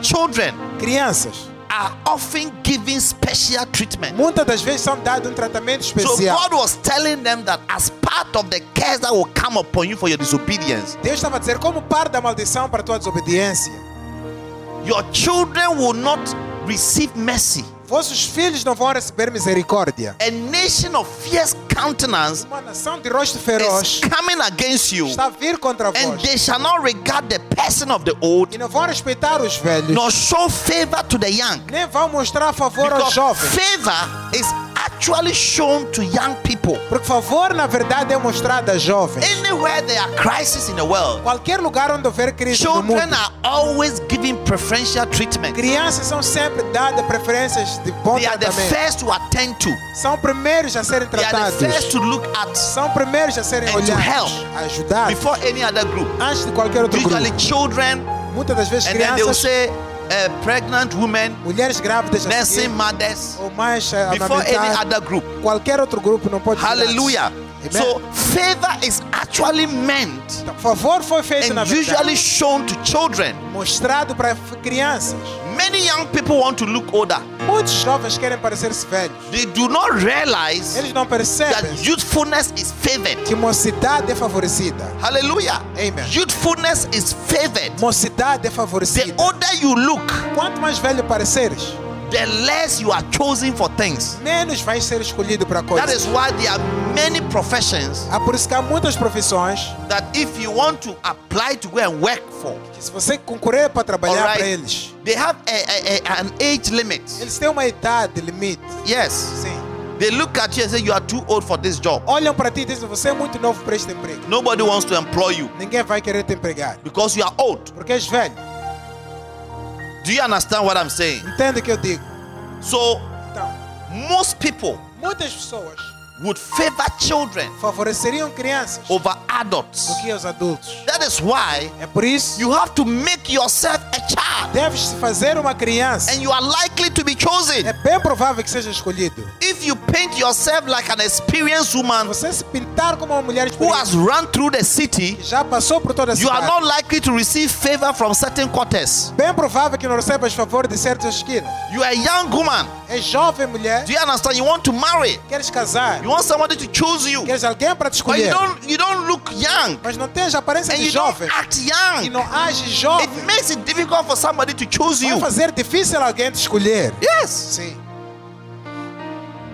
Speaker 2: Children
Speaker 3: Crianças,
Speaker 2: are often given special treatment.
Speaker 3: muitas das vezes são dados um tratamento
Speaker 2: So
Speaker 3: especial.
Speaker 2: God was telling them that as part of the curse that will come upon you for your disobedience,
Speaker 3: Deus estava a dizer, como par da maldição para a tua desobediência,
Speaker 2: your children will not receive mercy.
Speaker 3: vossos filhos não vão receber misericórdia.
Speaker 2: A nation of fierce countenance
Speaker 3: Uma nação de rosto
Speaker 2: is
Speaker 3: feroz
Speaker 2: coming against you,
Speaker 3: está a vir contra
Speaker 2: and
Speaker 3: vós.
Speaker 2: they shall not regard the person of the old,
Speaker 3: E não vão respeitar os velhos,
Speaker 2: nor show favor to the young.
Speaker 3: nem vão mostrar favor aos
Speaker 2: Because
Speaker 3: jovens.
Speaker 2: favor is actually shown to young people.
Speaker 3: Porque favor, na verdade, é mostrado a jovens.
Speaker 2: Anywhere there are crises in the world,
Speaker 3: Qualquer lugar onde houver crise no
Speaker 2: children
Speaker 3: mundo,
Speaker 2: are always given preferential treatment.
Speaker 3: crianças são sempre dadas preferências de bom
Speaker 2: They are the
Speaker 3: tratamento.
Speaker 2: first to attend to.
Speaker 3: São primeiros a serem
Speaker 2: They are the first
Speaker 3: tratados.
Speaker 2: to look at
Speaker 3: São primeiros a serem
Speaker 2: And to
Speaker 3: olhados,
Speaker 2: help.
Speaker 3: ajudados,
Speaker 2: before any other group.
Speaker 3: antes de qualquer outro
Speaker 2: Usually
Speaker 3: grupo.
Speaker 2: children,
Speaker 3: Muitas das vezes
Speaker 2: and then they will
Speaker 3: crianças
Speaker 2: say uh, pregnant women,
Speaker 3: mulheres grávidas a
Speaker 2: nursing
Speaker 3: seguir,
Speaker 2: mothers,
Speaker 3: ou mais
Speaker 2: before any
Speaker 3: amamentar,
Speaker 2: other group.
Speaker 3: qualquer outro grupo não pode tirar.
Speaker 2: Hallelujah.
Speaker 3: Amen.
Speaker 2: So favor is actually meant
Speaker 3: Então, favor foi feito na
Speaker 2: and
Speaker 3: verdade,
Speaker 2: usually shown to children.
Speaker 3: mostrado para f- crianças.
Speaker 2: Many young people want to look older.
Speaker 3: Muitos jovens querem parecer-se velhos.
Speaker 2: They do not realize
Speaker 3: Eles não percebem
Speaker 2: that youthfulness is favored.
Speaker 3: que mocidade é favorecida.
Speaker 2: Hallelujah.
Speaker 3: Amen.
Speaker 2: Youthfulness is favored.
Speaker 3: Mocidade
Speaker 2: The
Speaker 3: é favorecida.
Speaker 2: older you look,
Speaker 3: Quanto mais velho pareceres,
Speaker 2: the less you are chosen for things.
Speaker 3: menos vais ser escolhido para
Speaker 2: That
Speaker 3: coisas.
Speaker 2: is why there are many professions
Speaker 3: Há por isso que há muitas profissões
Speaker 2: that if you want to apply to go and work for,
Speaker 3: que se você concorrer para trabalhar
Speaker 2: Alright.
Speaker 3: para eles,
Speaker 2: they have a, a- a- an age limit.
Speaker 3: eles têm uma idade limite.
Speaker 2: Yes.
Speaker 3: Sim.
Speaker 2: They look at you and say you are too old for this job.
Speaker 3: Olham para ti e dizem: você é muito novo para este emprego.
Speaker 2: Nobody wants to employ you
Speaker 3: Ninguém vai querer te empregar
Speaker 2: because you are old.
Speaker 3: porque és velho.
Speaker 2: Do you understand what I'm saying?
Speaker 3: Entende o que eu digo?
Speaker 2: So
Speaker 3: Então,
Speaker 2: most people
Speaker 3: muitas pessoas
Speaker 2: would favor children
Speaker 3: favoreceriam crianças
Speaker 2: over adults.
Speaker 3: do que os adultos.
Speaker 2: That is why
Speaker 3: É por isso
Speaker 2: you have to make yourself a child,
Speaker 3: deves se fazer uma criança.
Speaker 2: and you are likely to be
Speaker 3: É
Speaker 2: chosen.
Speaker 3: bem provável que seja escolhido.
Speaker 2: If you paint yourself like an experienced woman
Speaker 3: Você se pintar como uma mulher
Speaker 2: who
Speaker 3: experiente
Speaker 2: has run through the city,
Speaker 3: que já passou por toda a
Speaker 2: you are
Speaker 3: cidade.
Speaker 2: not likely to receive favor from certain quarters.
Speaker 3: Bem provável que não recebas favor de certas esquinas.
Speaker 2: You are a young woman.
Speaker 3: É jovem mulher,
Speaker 2: Do you understand? You want to marry.
Speaker 3: queres casar,
Speaker 2: You want somebody to choose you.
Speaker 3: queres alguém para te
Speaker 2: But you
Speaker 3: escolher,
Speaker 2: don't you don't look young
Speaker 3: mas não tens a aparência
Speaker 2: and
Speaker 3: de
Speaker 2: you don't
Speaker 3: jovem
Speaker 2: act
Speaker 3: e
Speaker 2: young.
Speaker 3: não age jovem.
Speaker 2: It makes it difficult for somebody to choose
Speaker 3: Vai
Speaker 2: you.
Speaker 3: fazer difícil alguém te escolher.
Speaker 2: Yes.
Speaker 3: Sim.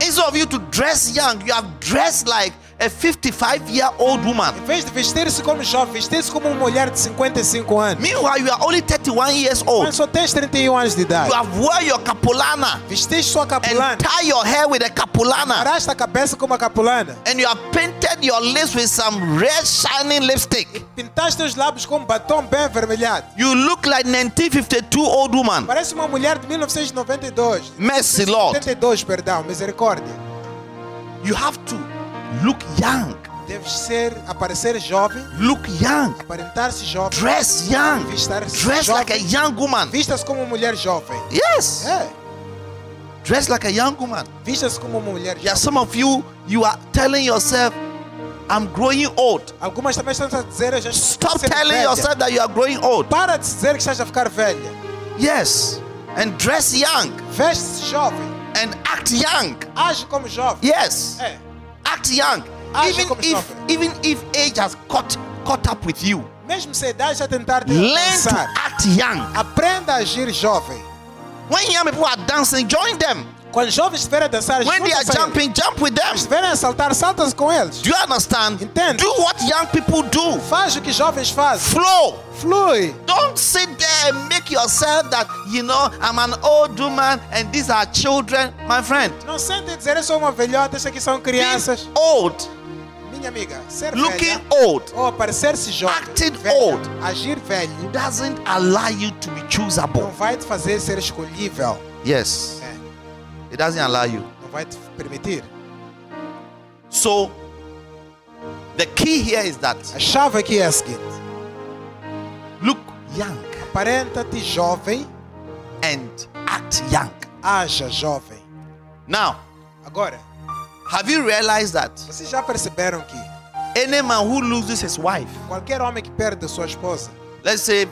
Speaker 2: Instead of you to dress young, you have dressed like a 55 year old woman.
Speaker 3: Em vez de vestir-se como jovem, vestir-se como uma mulher de 55 anos.
Speaker 2: Meanwhile, you are only 31 years
Speaker 3: Mas
Speaker 2: old.
Speaker 3: só tens 31 anos de idade.
Speaker 2: You have wear your capulana
Speaker 3: Vestiste sua capulana,
Speaker 2: and tie your hair with a capulana.
Speaker 3: paraste a cabeça com uma capulana,
Speaker 2: And you have painted your lips with some red shining lipstick.
Speaker 3: pintaste os lábios com um batom bem avermelhado.
Speaker 2: You look like 1952 old woman.
Speaker 3: Parece uma mulher de 1992.
Speaker 2: Mercy, Lord.
Speaker 3: 72, perdão, misericórdia.
Speaker 2: You have to look young.
Speaker 3: Deves ser, aparecer jovem,
Speaker 2: Look young.
Speaker 3: aparentar-se jovem,
Speaker 2: Dress young.
Speaker 3: Vistar-se
Speaker 2: Dress
Speaker 3: jovem.
Speaker 2: like a young woman.
Speaker 3: vistas como uma mulher jovem.
Speaker 2: Yes.
Speaker 3: É,
Speaker 2: Dress like a young woman.
Speaker 3: vistas como uma mulher
Speaker 2: There are
Speaker 3: jovem.
Speaker 2: some of you, you are telling yourself, I'm growing old.
Speaker 3: Algumas também estão a dizer, eu já estou
Speaker 2: Stop
Speaker 3: ficando
Speaker 2: telling
Speaker 3: velha.
Speaker 2: yourself that you are growing old.
Speaker 3: Para de dizer que estás a ficar velha.
Speaker 2: Yes. And dress young.
Speaker 3: Veste-se jovem,
Speaker 2: And act young.
Speaker 3: age como jovem.
Speaker 2: Yes.
Speaker 3: É,
Speaker 2: Act young.
Speaker 3: Act
Speaker 2: Even
Speaker 3: como
Speaker 2: if
Speaker 3: jovem.
Speaker 2: even if age has caught caught up with you.
Speaker 3: mesmo se a idade já tentar te
Speaker 2: Learn to
Speaker 3: alcançar,
Speaker 2: act young.
Speaker 3: aprenda a agir jovem.
Speaker 2: When young people are dancing, join them.
Speaker 3: Quando os jovens estiverem a dançar,
Speaker 2: When they are
Speaker 3: junta-se a eles.
Speaker 2: jumping, jump with them.
Speaker 3: Quando estiverem a saltar, salta-se com eles.
Speaker 2: Do you understand?
Speaker 3: Entendo.
Speaker 2: Do what young people do.
Speaker 3: Faz o que jovens fazem.
Speaker 2: Flow.
Speaker 3: Flui.
Speaker 2: Don't sit there and make yourself that, you know, I'm an old woman and these are children. My friend,
Speaker 3: Não sente dizer, eu sou uma velhota, isso aqui são crianças.
Speaker 2: being old,
Speaker 3: Minha amiga, ser
Speaker 2: looking
Speaker 3: velha
Speaker 2: old,
Speaker 3: ou aparecer-se jovem,
Speaker 2: Acting
Speaker 3: velha,
Speaker 2: old.
Speaker 3: agir velho,
Speaker 2: doesn't allow you to be
Speaker 3: não
Speaker 2: choosable.
Speaker 3: vai te fazer ser escolhível.
Speaker 2: Yes,
Speaker 3: É,
Speaker 2: it doesn't allow you.
Speaker 3: não vai te permitir.
Speaker 2: So, the key here is that
Speaker 3: A chave aqui é a seguinte.
Speaker 2: look young
Speaker 3: Aparenta-te jovem,
Speaker 2: and act young.
Speaker 3: haja jovem.
Speaker 2: Now,
Speaker 3: Agora,
Speaker 2: have you realized that
Speaker 3: vocês já perceberam que
Speaker 2: any man who loses his wife,
Speaker 3: qualquer homem que perde sua esposa,
Speaker 2: let's say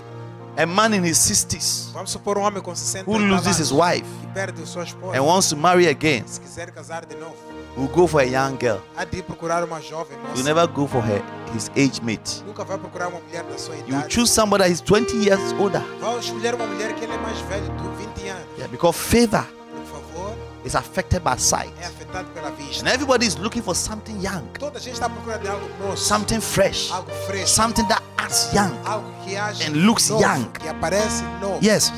Speaker 2: a man in his 60s
Speaker 3: vamos supor um homem com 60
Speaker 2: who loses his
Speaker 3: anos
Speaker 2: wife é um
Speaker 3: que perde sua esposa,
Speaker 2: and wants to marry again,
Speaker 3: se quiser casar de novo,
Speaker 2: will go for a young girl.
Speaker 3: há de ir procurar uma jovem moça.
Speaker 2: You never go for her his age mate.
Speaker 3: Nunca vai procurar uma mulher da sua
Speaker 2: You will
Speaker 3: idade.
Speaker 2: choose somebody that is 20 years older.
Speaker 3: Vai escolher uma mulher que ele é mais velho, do 20 anos.
Speaker 2: Yeah, because favor
Speaker 3: Por favor,
Speaker 2: is affected by sight.
Speaker 3: é afetado pela vista.
Speaker 2: And everybody is looking for something young,
Speaker 3: Toda a gente está procurando algo novo,
Speaker 2: something fresh,
Speaker 3: algo fresco,
Speaker 2: something that acts young.
Speaker 3: algo que age
Speaker 2: And looks
Speaker 3: novo,
Speaker 2: young.
Speaker 3: que aparece novo.
Speaker 2: Yes.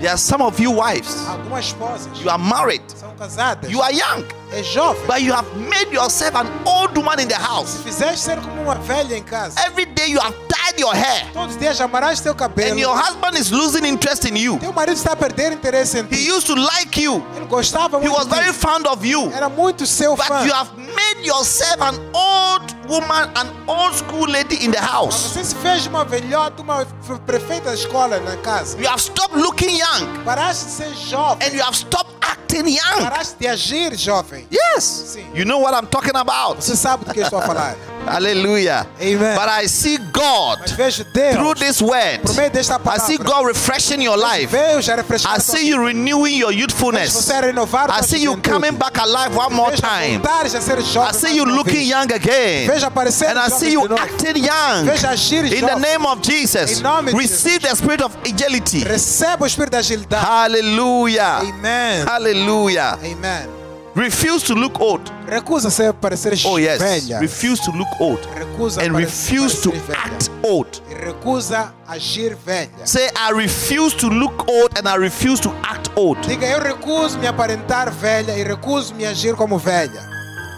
Speaker 2: There are some of you wives,
Speaker 3: Algumas esposas
Speaker 2: you are married,
Speaker 3: são casadas,
Speaker 2: you are young,
Speaker 3: é jovem,
Speaker 2: but you have made yourself an old woman in the house.
Speaker 3: fizeste ser como uma velha em casa.
Speaker 2: Every day you have dyed your hair,
Speaker 3: Todos os dias amarás teu cabelo.
Speaker 2: and your husband is losing interest in you.
Speaker 3: Teu marido está a perder interesse em
Speaker 2: He
Speaker 3: ti.
Speaker 2: used to like you,
Speaker 3: Ele gostava
Speaker 2: he
Speaker 3: muito
Speaker 2: was
Speaker 3: de ti.
Speaker 2: very fond of you.
Speaker 3: Era muito seu fã.
Speaker 2: But you have made yourself an old woman, an old school lady in the
Speaker 3: Mas
Speaker 2: house.
Speaker 3: Você se fez de uma velhota, uma f- prefeita da escola na casa.
Speaker 2: You have stopped looking young
Speaker 3: Paraste de ser jovem.
Speaker 2: and you have stopped acting young.
Speaker 3: Paraste de agir jovem.
Speaker 2: Yes.
Speaker 3: Sim.
Speaker 2: You know what I'm talking about.
Speaker 3: Você sabe do que eu estou a falar.
Speaker 2: Hallelujah.
Speaker 3: Amen.
Speaker 2: But I see God
Speaker 3: Mas vejo
Speaker 2: through
Speaker 3: Deus
Speaker 2: this word.
Speaker 3: por meio desta
Speaker 2: I see
Speaker 3: palavra.
Speaker 2: God refreshing your life.
Speaker 3: Vejo a refrescar
Speaker 2: I
Speaker 3: tua
Speaker 2: see you renewing your
Speaker 3: Vejo
Speaker 2: youthfulness.
Speaker 3: você renovar
Speaker 2: I
Speaker 3: tua
Speaker 2: see you
Speaker 3: juventude.
Speaker 2: coming back alive one more
Speaker 3: Vejo
Speaker 2: time.
Speaker 3: voltares a ser jovem.
Speaker 2: I see
Speaker 3: mais
Speaker 2: you
Speaker 3: uma
Speaker 2: looking
Speaker 3: vez.
Speaker 2: young again.
Speaker 3: Vejo aparecer
Speaker 2: And I
Speaker 3: jovem
Speaker 2: see
Speaker 3: de
Speaker 2: you
Speaker 3: novo.
Speaker 2: acting young.
Speaker 3: Veja agir
Speaker 2: In the
Speaker 3: jovem.
Speaker 2: name of Jesus,
Speaker 3: Em nome de
Speaker 2: receive the spirit of agility.
Speaker 3: Receba o espírito da agilidade.
Speaker 2: Hallelujah.
Speaker 3: Amém.
Speaker 2: Hallelujah.
Speaker 3: Amém.
Speaker 2: Refuse to look old.
Speaker 3: Recusa-se a parecer
Speaker 2: Oh, yes.
Speaker 3: velha.
Speaker 2: Refuse to look old.
Speaker 3: Recusa
Speaker 2: And
Speaker 3: pare-
Speaker 2: refuse to
Speaker 3: parecer velha.
Speaker 2: act old.
Speaker 3: E recusa agir velha.
Speaker 2: Say, I refuse to look old and I refuse to act old.
Speaker 3: Diga, eu recuso me aparentar velha e recuso me agir como velha.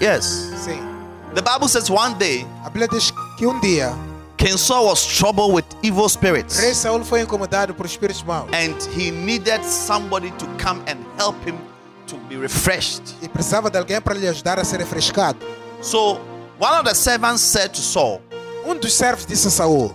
Speaker 2: Yes.
Speaker 3: Sim.
Speaker 2: The Bible says one day,
Speaker 3: A Bíblia diz que um dia,
Speaker 2: King Saul was troubled with evil spirits.
Speaker 3: rei Saul foi incomodado por espíritos maus.
Speaker 2: And he needed somebody to come and help him to be refreshed.
Speaker 3: E precisava de alguém para lhe ajudar a ser refrescado.
Speaker 2: So one of the servants said to Saul,
Speaker 3: Um dos servos disse a Saul: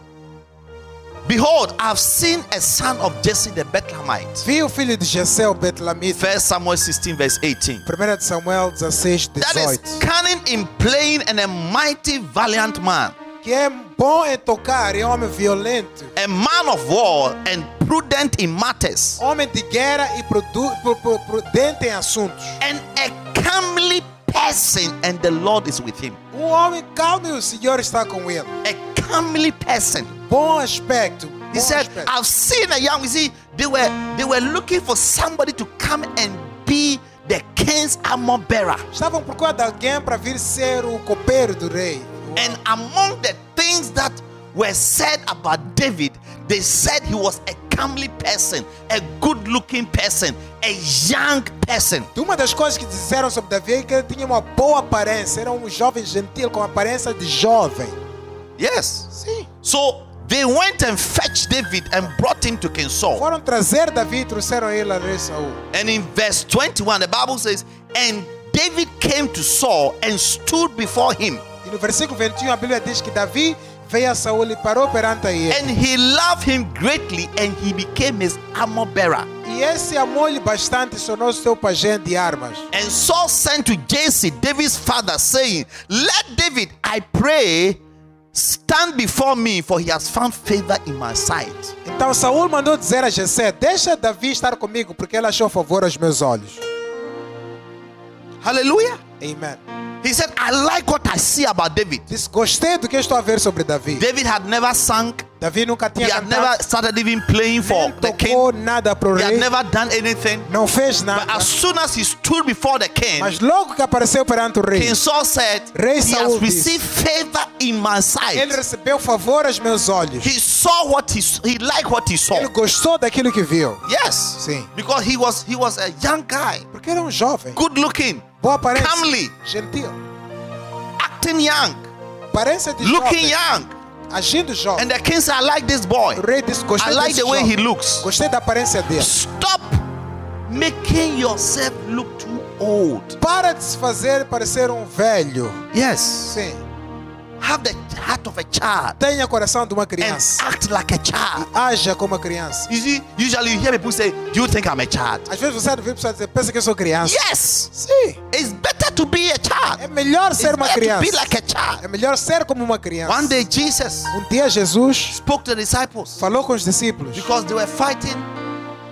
Speaker 2: Behold, I have seen a son of Jesse the Bethlehemite.
Speaker 3: Vi o filho de Jessé, o Betlamita.
Speaker 2: 1 Samuel 16, verse 18.
Speaker 3: 1 de Samuel 16,
Speaker 2: That is
Speaker 3: 18.
Speaker 2: cunning in playing and a mighty valiant man,
Speaker 3: Que é bom em tocar, é homem violento,
Speaker 2: a man of war and prudent in matters,
Speaker 3: homem de guerra e produ- pro- pro- prudente em assuntos.
Speaker 2: and a comely person, and the Lord is with him.
Speaker 3: Um homem calmo e o Senhor está com ele.
Speaker 2: A comely person.
Speaker 3: Bom aspecto. Bom
Speaker 2: He said,
Speaker 3: aspecto.
Speaker 2: I've seen a young. You see, they were they were looking for somebody to come and be the king's armor bearer.
Speaker 3: Estavam procurando alguém para vir ser o copeiro do rei.
Speaker 2: And among the things that were said about David, they said he was a comely person, a good looking person, a young person.
Speaker 3: E Uma das coisas que disseram sobre Davi é que ele tinha uma boa aparência, era um jovem gentil com aparência de jovem.
Speaker 2: Yes.
Speaker 3: Sim.
Speaker 2: So they went and fetched David and brought him to King Saul.
Speaker 3: Foram trazer Davi e trouxeram ele a rei Saul.
Speaker 2: And in verse 21, the Bible says, And David came to Saul and stood before him.
Speaker 3: E no versículo 21 a Bíblia diz que Davi veio a Saul e parou perante a ele.
Speaker 2: And he loved him greatly, and he became his armor bearer.
Speaker 3: E esse amou-lhe bastante e tornou seu pajé de armas.
Speaker 2: And Saul sent to Jesse, David's father, saying, Let David, I pray, stand before me, for he has found favor in my sight.
Speaker 3: Então Saul mandou dizer a Jessé: "Deixa Davi estar comigo, porque ele achou favor aos meus olhos."
Speaker 2: Hallelujah.
Speaker 3: Amen.
Speaker 2: He said, I like what I see about David.
Speaker 3: Disse: "Gostei do que estou a ver sobre Davi."
Speaker 2: David had never sung,
Speaker 3: Davi nunca
Speaker 2: he
Speaker 3: tinha
Speaker 2: had never
Speaker 3: cantado,
Speaker 2: started even playing for
Speaker 3: nem
Speaker 2: the
Speaker 3: tocou
Speaker 2: king,
Speaker 3: nada para o
Speaker 2: he had
Speaker 3: rei,
Speaker 2: never done anything.
Speaker 3: não fez
Speaker 2: But
Speaker 3: nada.
Speaker 2: as soon as he stood before the king,
Speaker 3: Mas logo que apareceu perante o rei,
Speaker 2: King Saul said,
Speaker 3: Rei
Speaker 2: He
Speaker 3: Saul
Speaker 2: has
Speaker 3: disse,
Speaker 2: received favor in my
Speaker 3: ele
Speaker 2: sight.
Speaker 3: recebeu favor aos meus olhos.
Speaker 2: He saw what he s- he liked what he saw.
Speaker 3: Ele gostou daquilo que viu,
Speaker 2: Yes.
Speaker 3: Sim.
Speaker 2: Because he was he was a young guy,
Speaker 3: porque era um jovem,
Speaker 2: good looking,
Speaker 3: boa aparência,
Speaker 2: Calmly.
Speaker 3: gentil,
Speaker 2: acting young,
Speaker 3: aparência de
Speaker 2: looking
Speaker 3: jovem,
Speaker 2: young.
Speaker 3: agindo jovem.
Speaker 2: And the king said, I like this boy.
Speaker 3: O rei disse:
Speaker 2: I
Speaker 3: Gostei
Speaker 2: like
Speaker 3: desse
Speaker 2: the way he
Speaker 3: jovem.
Speaker 2: looks.
Speaker 3: Gostei da aparência dele.
Speaker 2: Stop making yourself look too old.
Speaker 3: Para de se fazer parecer um velho.
Speaker 2: Yes.
Speaker 3: Sim.
Speaker 2: Have the heart of a child
Speaker 3: Tenha coração de uma
Speaker 2: and
Speaker 3: criança.
Speaker 2: act like a child.
Speaker 3: Haja como uma criança.
Speaker 2: You see, usually you hear people say, Do you think I'm a child?
Speaker 3: Às vezes você deve pessoas dizer, pensa que eu sou criança.
Speaker 2: Yes.
Speaker 3: Sim.
Speaker 2: It's better to be a
Speaker 3: É
Speaker 2: child.
Speaker 3: melhor
Speaker 2: It's
Speaker 3: ser uma
Speaker 2: better to
Speaker 3: criança.
Speaker 2: be like a child.
Speaker 3: É melhor ser como uma criança.
Speaker 2: One day Jesus
Speaker 3: Um dia Jesus
Speaker 2: spoke to the disciples.
Speaker 3: falou com os discípulos
Speaker 2: because they were fighting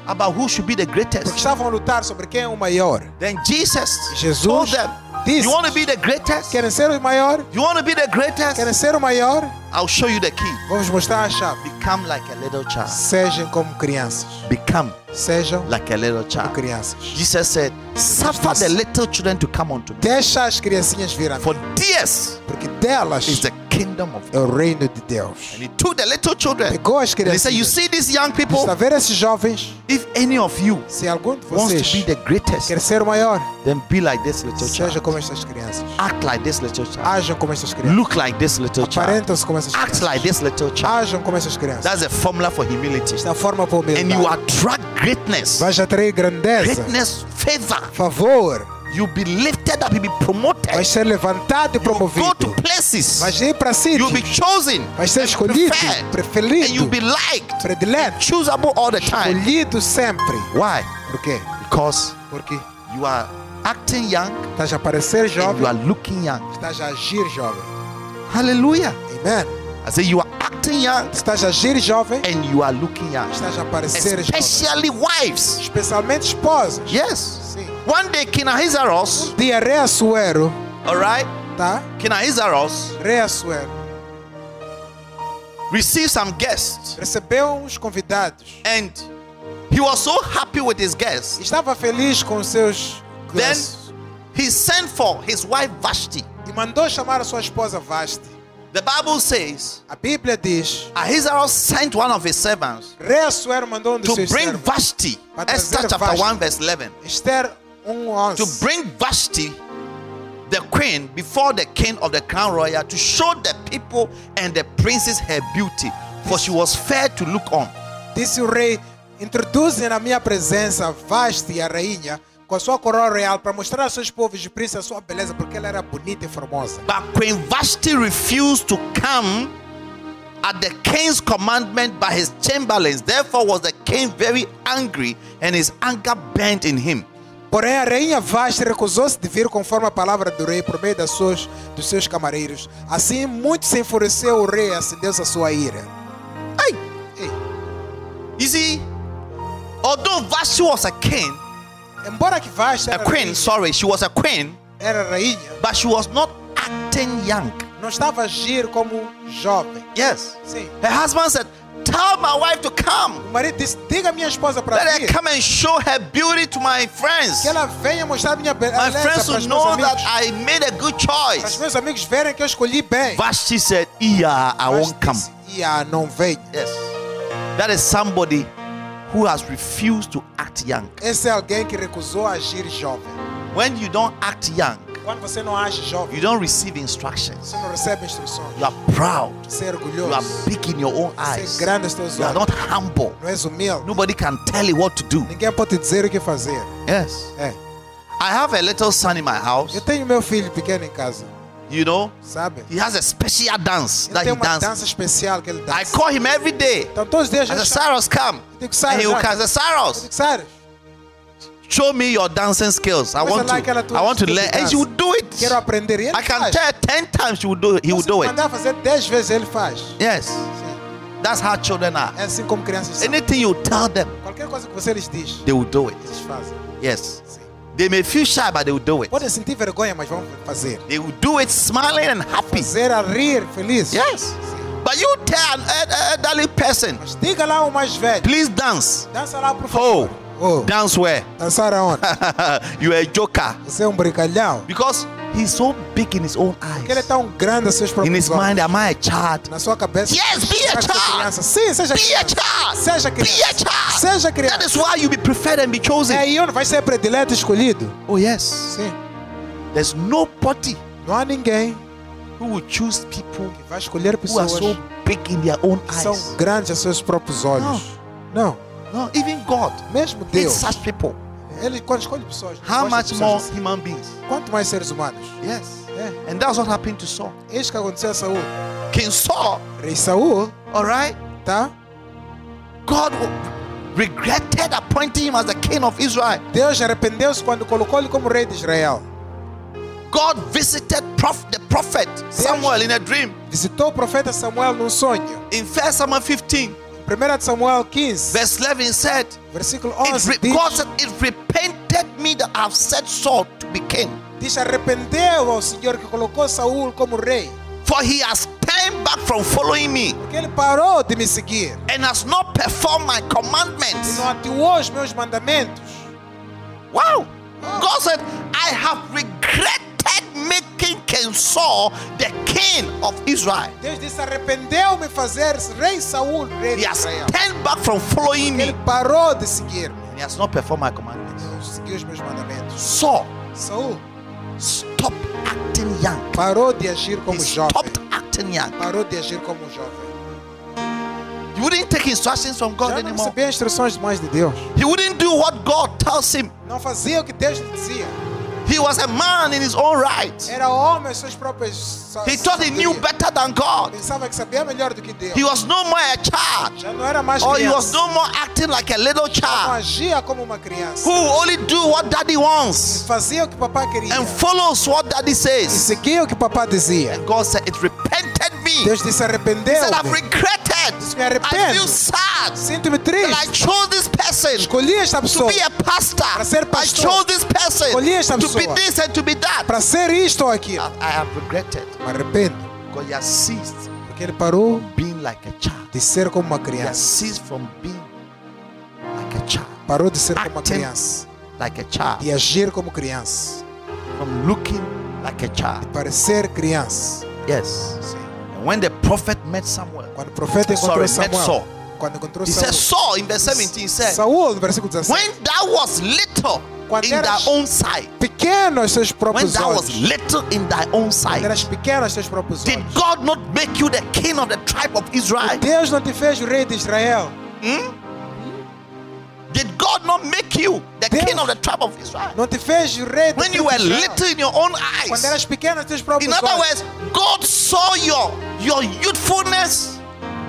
Speaker 2: about who should be the
Speaker 3: porque
Speaker 2: greatest.
Speaker 3: estavam a lutar sobre quem é o maior.
Speaker 2: Then Jesus, told
Speaker 3: Jesus
Speaker 2: them,
Speaker 3: disse:
Speaker 2: "You want to be the greatest?
Speaker 3: Querem ser o maior?
Speaker 2: You want to be the
Speaker 3: Querem
Speaker 2: greatest?
Speaker 3: ser o maior?
Speaker 2: I'll show you the key.
Speaker 3: Vamos mostrar a chave.
Speaker 2: Become like a little child.
Speaker 3: Sejam como crianças.
Speaker 2: Become
Speaker 3: Sejam
Speaker 2: like a little
Speaker 3: como
Speaker 2: child."
Speaker 3: crianças.
Speaker 2: Jesus said, "Suffer the little children to come unto me,
Speaker 3: Deixa as criancinhas vir a mim,
Speaker 2: for theirs
Speaker 3: porque delas
Speaker 2: is the kingdom of
Speaker 3: é
Speaker 2: God."
Speaker 3: o reino de Deus.
Speaker 2: And he took the little children.
Speaker 3: Pegou as
Speaker 2: And he said, "You
Speaker 3: criancinhas.
Speaker 2: see these young
Speaker 3: Está a
Speaker 2: people?
Speaker 3: ver esses jovens?
Speaker 2: If any of you
Speaker 3: Se algum de
Speaker 2: wants to be
Speaker 3: vocês
Speaker 2: the greatest,
Speaker 3: quer ser o maior,
Speaker 2: then be like this little
Speaker 3: seja como
Speaker 2: child.
Speaker 3: estas crianças.
Speaker 2: Act like this little child.
Speaker 3: Hajam como estas crianças.
Speaker 2: Look like this little child."
Speaker 3: Aparentam-se como essas
Speaker 2: act like
Speaker 3: crianças.
Speaker 2: this little child.
Speaker 3: Hajam como essas crianças.
Speaker 2: That's a formula for humility.
Speaker 3: Esta forma para
Speaker 2: And you
Speaker 3: humildade.
Speaker 2: attract greatness.
Speaker 3: Vais atrair grandeza,
Speaker 2: Greatness, favor.
Speaker 3: favor.
Speaker 2: You'll be lifted up. You'll be promoted.
Speaker 3: Vais ser levantado e
Speaker 2: You'll go to
Speaker 3: promovido. Vais
Speaker 2: places.
Speaker 3: ir para
Speaker 2: You'll be
Speaker 3: sítios.
Speaker 2: chosen.
Speaker 3: Vais ser escolhido,
Speaker 2: preferred. And
Speaker 3: preferido,
Speaker 2: you'll be liked.
Speaker 3: predileto,
Speaker 2: Choosable all the time.
Speaker 3: escolhido sempre.
Speaker 2: Why?
Speaker 3: Por quê?
Speaker 2: Because
Speaker 3: Porque
Speaker 2: you are acting young
Speaker 3: estás a aparecer
Speaker 2: and you are
Speaker 3: jovem,
Speaker 2: looking young.
Speaker 3: estás a agir jovem.
Speaker 2: Hallelujah.
Speaker 3: Amen.
Speaker 2: I say you are acting young
Speaker 3: Estás a agir jovem,
Speaker 2: and you are looking young.
Speaker 3: estás
Speaker 2: É
Speaker 3: a aparecer jovem.
Speaker 2: Especially wives.
Speaker 3: Especialmente esposas.
Speaker 2: Yes.
Speaker 3: Sim.
Speaker 2: One day King Ahasuerus,
Speaker 3: Diarreia Suero,
Speaker 2: all right,
Speaker 3: tá?
Speaker 2: King Ahasuerus
Speaker 3: Reia Suero.
Speaker 2: received some guests
Speaker 3: Recebeu uns convidados.
Speaker 2: and he was so happy with his guests.
Speaker 3: Estava feliz com os seus
Speaker 2: Then
Speaker 3: gostos.
Speaker 2: he sent for his wife Vashti.
Speaker 3: E mandou chamar a sua esposa Vasti.
Speaker 2: The Bible says
Speaker 3: A Bíblia diz:
Speaker 2: Ahasuerus sent one of his servants
Speaker 3: Reia Suero mandou um dos
Speaker 2: to
Speaker 3: seus
Speaker 2: bring
Speaker 3: servos.
Speaker 2: Vashti.
Speaker 3: But
Speaker 2: Esther
Speaker 3: Vashti-
Speaker 2: chapter 1, verse 11.
Speaker 3: Esther 1,
Speaker 2: To
Speaker 3: 11.
Speaker 2: bring Vashti, the queen, before the king of the crown royal to show the people and the princes her beauty, for she was fair to look on.
Speaker 3: Disse o rei: Introduzem na minha presença Vasti, a rainha, com a sua coroa real para mostrar aos seus povos de príncipe a sua beleza, porque ela era bonita e formosa.
Speaker 2: But Queen Vashti refused to come at the king's commandment by his chamberlains. Therefore, was the king very angry, and his anger burned in him.
Speaker 3: Porém, a rainha Vashti recusou-se de vir conforme a palavra do rei por meio das suas, dos seus camareiros. Assim, muito se enfureceu o rei e acendeu-se a sua ira.
Speaker 2: Hey, hey. You see, although Vashti was a king,
Speaker 3: Embora que Vashti
Speaker 2: a
Speaker 3: era,
Speaker 2: queen,
Speaker 3: rainha-
Speaker 2: sorry, she was a queen,
Speaker 3: era rainha,
Speaker 2: but she was not acting young.
Speaker 3: não estava a agir como um jovem.
Speaker 2: Yes.
Speaker 3: Sim.
Speaker 2: Her husband said, Tell my wife to come.
Speaker 3: O marido disse, diga à minha esposa para
Speaker 2: Let her
Speaker 3: vir,
Speaker 2: come and show her beauty to my friends.
Speaker 3: que ela venha mostrar minha be-
Speaker 2: My
Speaker 3: beleza
Speaker 2: friends
Speaker 3: para
Speaker 2: will
Speaker 3: os
Speaker 2: know
Speaker 3: meus
Speaker 2: that I
Speaker 3: amigos.
Speaker 2: made a good
Speaker 3: Para os
Speaker 2: choice.
Speaker 3: meus amigos verem que eu escolhi bem.
Speaker 2: Vashti said, Yeah, I won't come.
Speaker 3: E a não venha.
Speaker 2: Yes. That is somebody who has refused to act young.
Speaker 3: Esse é alguém que recusou agir jovem.
Speaker 2: When you don't act young,
Speaker 3: Quando você não age
Speaker 2: you
Speaker 3: jovem,
Speaker 2: don't receive instructions.
Speaker 3: você não recebe instruções.
Speaker 2: You are proud.
Speaker 3: Você é
Speaker 2: You are
Speaker 3: orgulhoso.
Speaker 2: big in your own
Speaker 3: Você
Speaker 2: eyes.
Speaker 3: é grande aos teus
Speaker 2: You are
Speaker 3: olhos.
Speaker 2: not humble.
Speaker 3: Não és humilde.
Speaker 2: Nobody can tell you what to do.
Speaker 3: Ninguém pode te dizer o que fazer.
Speaker 2: Yes.
Speaker 3: É.
Speaker 2: I have a little son in my house.
Speaker 3: Eu tenho meu filho pequeno em casa,
Speaker 2: You know,
Speaker 3: sabe?
Speaker 2: he has a special dance
Speaker 3: Ele
Speaker 2: that
Speaker 3: tem
Speaker 2: he
Speaker 3: uma
Speaker 2: dances.
Speaker 3: dança especial que ele
Speaker 2: I
Speaker 3: dança.
Speaker 2: call him every day.
Speaker 3: Então todos os dias
Speaker 2: As
Speaker 3: eu
Speaker 2: a
Speaker 3: chamo.
Speaker 2: Saros come.
Speaker 3: Eu digo,
Speaker 2: And he
Speaker 3: Saros,
Speaker 2: will
Speaker 3: olha,
Speaker 2: come. As a
Speaker 3: eu
Speaker 2: Saros,
Speaker 3: digo, Saros,
Speaker 2: show me your dancing skills. I
Speaker 3: Começa
Speaker 2: want
Speaker 3: lá aquela
Speaker 2: to.
Speaker 3: tua
Speaker 2: I want to
Speaker 3: atitude
Speaker 2: learn.
Speaker 3: de
Speaker 2: And she will
Speaker 3: dança.
Speaker 2: do it.
Speaker 3: quero aprender. E ele
Speaker 2: I can
Speaker 3: faz.
Speaker 2: tell ten times she will do. He will
Speaker 3: Se eu
Speaker 2: do it.
Speaker 3: mandar fazer 10 vezes, ele faz.
Speaker 2: Yes,
Speaker 3: Sim.
Speaker 2: that's how children are.
Speaker 3: É assim como crianças são.
Speaker 2: Anything you tell them,
Speaker 3: Qualquer coisa que você lhes diz,
Speaker 2: they will do it.
Speaker 3: eles fazem.
Speaker 2: Yes,
Speaker 3: Sim.
Speaker 2: they may feel shy, but they will do it.
Speaker 3: Podem sentir vergonha, mas vão fazer.
Speaker 2: They will do it smiling and happy.
Speaker 3: Fazer a rir, feliz.
Speaker 2: Yes, but you tell an eld- elderly person,
Speaker 3: Mas diga lá o mais velho.
Speaker 2: please dance.
Speaker 3: Dança lá, por favor.
Speaker 2: Oh,
Speaker 3: Oh,
Speaker 2: dance where?
Speaker 3: dançar aonde?
Speaker 2: you are a joker
Speaker 3: Você é um brincalhão.
Speaker 2: because he's so big in his own
Speaker 3: Porque ele é
Speaker 2: eyes.
Speaker 3: tão grande a seus
Speaker 2: In his
Speaker 3: próprios olhos.
Speaker 2: mind, am I a child?
Speaker 3: Na sua cabeça.
Speaker 2: Yes, be a
Speaker 3: será que sou
Speaker 2: child.
Speaker 3: criança? Sim, seja
Speaker 2: Be a
Speaker 3: criança.
Speaker 2: child.
Speaker 3: Seja
Speaker 2: Be a
Speaker 3: criança.
Speaker 2: child. That
Speaker 3: Seja criança.
Speaker 2: is why you be preferred and be
Speaker 3: É
Speaker 2: chosen.
Speaker 3: aí onde vai ser predileto e escolhido.
Speaker 2: Oh yes,
Speaker 3: Sim.
Speaker 2: there's nobody
Speaker 3: Não há ninguém
Speaker 2: who will choose people
Speaker 3: que vai escolher
Speaker 2: who are
Speaker 3: pessoas
Speaker 2: so big in their own
Speaker 3: que
Speaker 2: eyes.
Speaker 3: são grandes a seus próprios olhares. Não.
Speaker 2: No, even God
Speaker 3: Mesmo
Speaker 2: hates
Speaker 3: Deus,
Speaker 2: such people.
Speaker 3: ele quando escolhe pessoas, ele
Speaker 2: How
Speaker 3: gosta de
Speaker 2: much more
Speaker 3: pessoas assim.
Speaker 2: human beings?
Speaker 3: Quanto mais seres humanos.
Speaker 2: Yes.
Speaker 3: É.
Speaker 2: And that's what happened to Saul.
Speaker 3: Eis que aconteceu a Saul.
Speaker 2: King Saul,
Speaker 3: Rei Saul,
Speaker 2: all right?
Speaker 3: tá?
Speaker 2: God w- regretted appointing him as the king of Israel.
Speaker 3: Deus arrependeu-se quando colocou ele como rei de Israel.
Speaker 2: God visited prof- the prophet Samuel in a dream.
Speaker 3: Visitou o profeta Samuel num sonho.
Speaker 2: In 1 Samuel 15,
Speaker 3: 1 de Samuel 15,
Speaker 2: verse 11 said,
Speaker 3: versículo
Speaker 2: it,
Speaker 3: 11
Speaker 2: re-
Speaker 3: diz,
Speaker 2: God said, it repented me that I've set Saul to be king.
Speaker 3: diz arrependeu ao Senhor que colocou Saul como rei,
Speaker 2: For he has turned back from following me
Speaker 3: porque ele parou de me seguir
Speaker 2: and has not performed my
Speaker 3: e
Speaker 2: commandments.
Speaker 3: não atuou os meus mandamentos.
Speaker 2: Wow. God said, I have regretted making King Saul the king of Israel.
Speaker 3: Deus disse arrependeu-me fazer rei Saul rei
Speaker 2: He
Speaker 3: de
Speaker 2: has
Speaker 3: Israel.
Speaker 2: turned back from following me
Speaker 3: Ele parou de seguir-me,
Speaker 2: and he has not performed my commandments.
Speaker 3: não seguiu os meus mandamentos.
Speaker 2: Saul
Speaker 3: Saul
Speaker 2: stopped acting young.
Speaker 3: parou de agir
Speaker 2: He
Speaker 3: como jovem.
Speaker 2: stopped acting young.
Speaker 3: Parou de agir como um jovem.
Speaker 2: He wouldn't take instructions from God
Speaker 3: Já não
Speaker 2: anymore.
Speaker 3: recebia instruções mais de Deus.
Speaker 2: He wouldn't do what God tells him.
Speaker 3: Não fazia o que Deus lhe dizia.
Speaker 2: He was a man in his own right.
Speaker 3: Era homem aos seus próprios. sa-
Speaker 2: He thought he knew
Speaker 3: sabedoria.
Speaker 2: better than God.
Speaker 3: Pensava que sabia melhor do que Deus.
Speaker 2: He was no more a child.
Speaker 3: Já não era mais
Speaker 2: Or he
Speaker 3: criança.
Speaker 2: was no more acting like a little
Speaker 3: Não
Speaker 2: child
Speaker 3: agia como uma criança.
Speaker 2: who only do what daddy wants
Speaker 3: Fazia o que papai queria.
Speaker 2: and follows what daddy
Speaker 3: E
Speaker 2: says.
Speaker 3: seguia o que papai dizia.
Speaker 2: God said, It repented me. He
Speaker 3: Deus disse arrependeu.
Speaker 2: said, I've regretted.
Speaker 3: Me
Speaker 2: I
Speaker 3: arrependo.
Speaker 2: feel sad.
Speaker 3: Sinto-me
Speaker 2: And I
Speaker 3: triste.
Speaker 2: chose this person
Speaker 3: Escolhi esta
Speaker 2: to
Speaker 3: pessoa
Speaker 2: be a pastor.
Speaker 3: ser
Speaker 2: I
Speaker 3: pastor.
Speaker 2: chose this person
Speaker 3: Escolhi esta
Speaker 2: to be
Speaker 3: pessoa.
Speaker 2: this and to be that.
Speaker 3: para ser isto ou aquilo.
Speaker 2: I I have regretted
Speaker 3: Me arrependo.
Speaker 2: because he has ceased
Speaker 3: Porque ele parou
Speaker 2: being like a child.
Speaker 3: de ser como uma
Speaker 2: He has
Speaker 3: criança.
Speaker 2: ceased from being like a child,
Speaker 3: Parou de ser como uma
Speaker 2: Acting.
Speaker 3: criança.
Speaker 2: like a child,
Speaker 3: De agir como criança.
Speaker 2: from looking like a child.
Speaker 3: Parecer criança.
Speaker 2: Yes.
Speaker 3: Sim.
Speaker 2: And when the prophet met Samuel,
Speaker 3: Quando o profeta encontrou
Speaker 2: Sorry, met
Speaker 3: Samuel,
Speaker 2: Saul.
Speaker 3: quando encontrou
Speaker 2: he said,
Speaker 3: Saul,
Speaker 2: Saul in verse 17 he said,
Speaker 3: Saul, no versículo 17,
Speaker 2: When thou was little
Speaker 3: Quando
Speaker 2: in thy
Speaker 3: eras-
Speaker 2: own sight,
Speaker 3: pequeno aos seus
Speaker 2: when
Speaker 3: próprios
Speaker 2: thou was
Speaker 3: olhos,
Speaker 2: little in thy own
Speaker 3: quando eras
Speaker 2: sight,
Speaker 3: pequeno aos seus próprios
Speaker 2: did
Speaker 3: olhos,
Speaker 2: God not make you the king of the tribe of Israel?
Speaker 3: Deus não te fez o rei de Israel?
Speaker 2: Did God not make you the king of
Speaker 3: Deus
Speaker 2: the tribe of Israel.
Speaker 3: não te fez rei do
Speaker 2: When you
Speaker 3: filho de
Speaker 2: were
Speaker 3: Israel.
Speaker 2: little in your own
Speaker 3: Quando
Speaker 2: eyes.
Speaker 3: eras pequeno, nos teus próprios
Speaker 2: In other words,
Speaker 3: olhos.
Speaker 2: God saw your your youthfulness,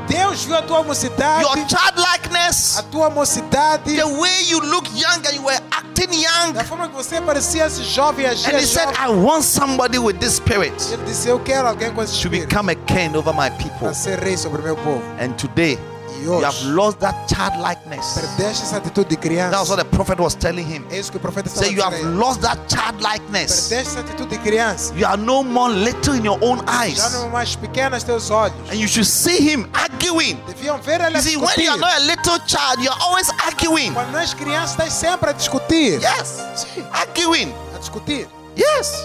Speaker 3: Deus viu a tua mocidade,
Speaker 2: your childlikeness,
Speaker 3: a tua mocidade,
Speaker 2: the way you look young and you were acting young.
Speaker 3: da forma que você parecia esse jovem e
Speaker 2: And
Speaker 3: agia
Speaker 2: he said,
Speaker 3: jovem.
Speaker 2: I want somebody with this spirit
Speaker 3: Ele disse, eu quero alguém com esse
Speaker 2: to
Speaker 3: espírito
Speaker 2: become a king over my people.
Speaker 3: para ser rei sobre o meu povo.
Speaker 2: And today,
Speaker 3: E
Speaker 2: you have
Speaker 3: hoje,
Speaker 2: lost that childlikeness.
Speaker 3: perdeste essa atitude de
Speaker 2: That was what
Speaker 3: criança.
Speaker 2: the prophet was telling him.
Speaker 3: É isso que o profeta estava
Speaker 2: Say, you have
Speaker 3: dizendo.
Speaker 2: lost that childlikeness.
Speaker 3: Perdeste essa atitude de criança.
Speaker 2: You are no more little in your own
Speaker 3: Já não
Speaker 2: eyes.
Speaker 3: é mais pequena aos teus olhos.
Speaker 2: And you should see him arguing.
Speaker 3: Deviam ver ela
Speaker 2: You see, when you
Speaker 3: discutir.
Speaker 2: are not a little child, you are always arguing.
Speaker 3: Quando nós crianças, estás sempre a discutir.
Speaker 2: Yes, arguing.
Speaker 3: A discutir.
Speaker 2: Yes.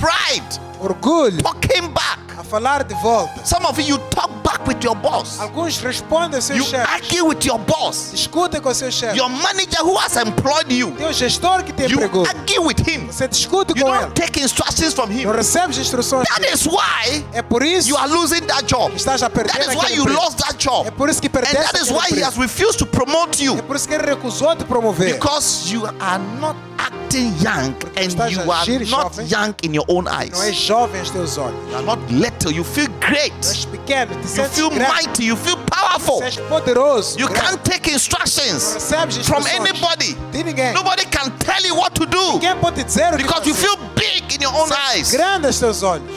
Speaker 2: Pride
Speaker 3: Orgulho.
Speaker 2: talking back.
Speaker 3: A falar de volta.
Speaker 2: Some of you, you talk back with your boss.
Speaker 3: Alguns respondem aos
Speaker 2: You
Speaker 3: seus chefes.
Speaker 2: argue with your boss.
Speaker 3: Discutem com o seu chefe.
Speaker 2: Your manager who has employed you.
Speaker 3: Tem um gestor que te
Speaker 2: You
Speaker 3: empregou.
Speaker 2: argue with him.
Speaker 3: Você discute
Speaker 2: You
Speaker 3: com ele.
Speaker 2: don't take instructions from
Speaker 3: Não
Speaker 2: him.
Speaker 3: recebes instruções.
Speaker 2: That is why
Speaker 3: É por isso
Speaker 2: you are losing that job.
Speaker 3: que estás a perder
Speaker 2: That is why
Speaker 3: aquele
Speaker 2: you
Speaker 3: emprego.
Speaker 2: lost that job.
Speaker 3: É por isso que
Speaker 2: And
Speaker 3: perdeste
Speaker 2: that is
Speaker 3: aquele
Speaker 2: why he
Speaker 3: emprego.
Speaker 2: has refused to promote you.
Speaker 3: É por isso que ele recusou te promover.
Speaker 2: Because you are not acting young
Speaker 3: Porque
Speaker 2: and
Speaker 3: estás
Speaker 2: you
Speaker 3: a
Speaker 2: are
Speaker 3: agir
Speaker 2: not
Speaker 3: jovem.
Speaker 2: young in your own
Speaker 3: Não é
Speaker 2: eyes.
Speaker 3: jovem aos teus olhos.
Speaker 2: You are not little. You feel great.
Speaker 3: Não és pequeno, te
Speaker 2: You
Speaker 3: sentes
Speaker 2: feel
Speaker 3: grande.
Speaker 2: mighty. You feel powerful.
Speaker 3: Você és poderoso.
Speaker 2: You
Speaker 3: grande.
Speaker 2: can't take
Speaker 3: Não
Speaker 2: instructions
Speaker 3: recebes
Speaker 2: from
Speaker 3: instruções
Speaker 2: anybody.
Speaker 3: de ninguém.
Speaker 2: Nobody can tell you what to do
Speaker 3: Ninguém pode dizer o que
Speaker 2: because you
Speaker 3: fazer.
Speaker 2: feel big in your own eyes.
Speaker 3: grande aos teus olhos.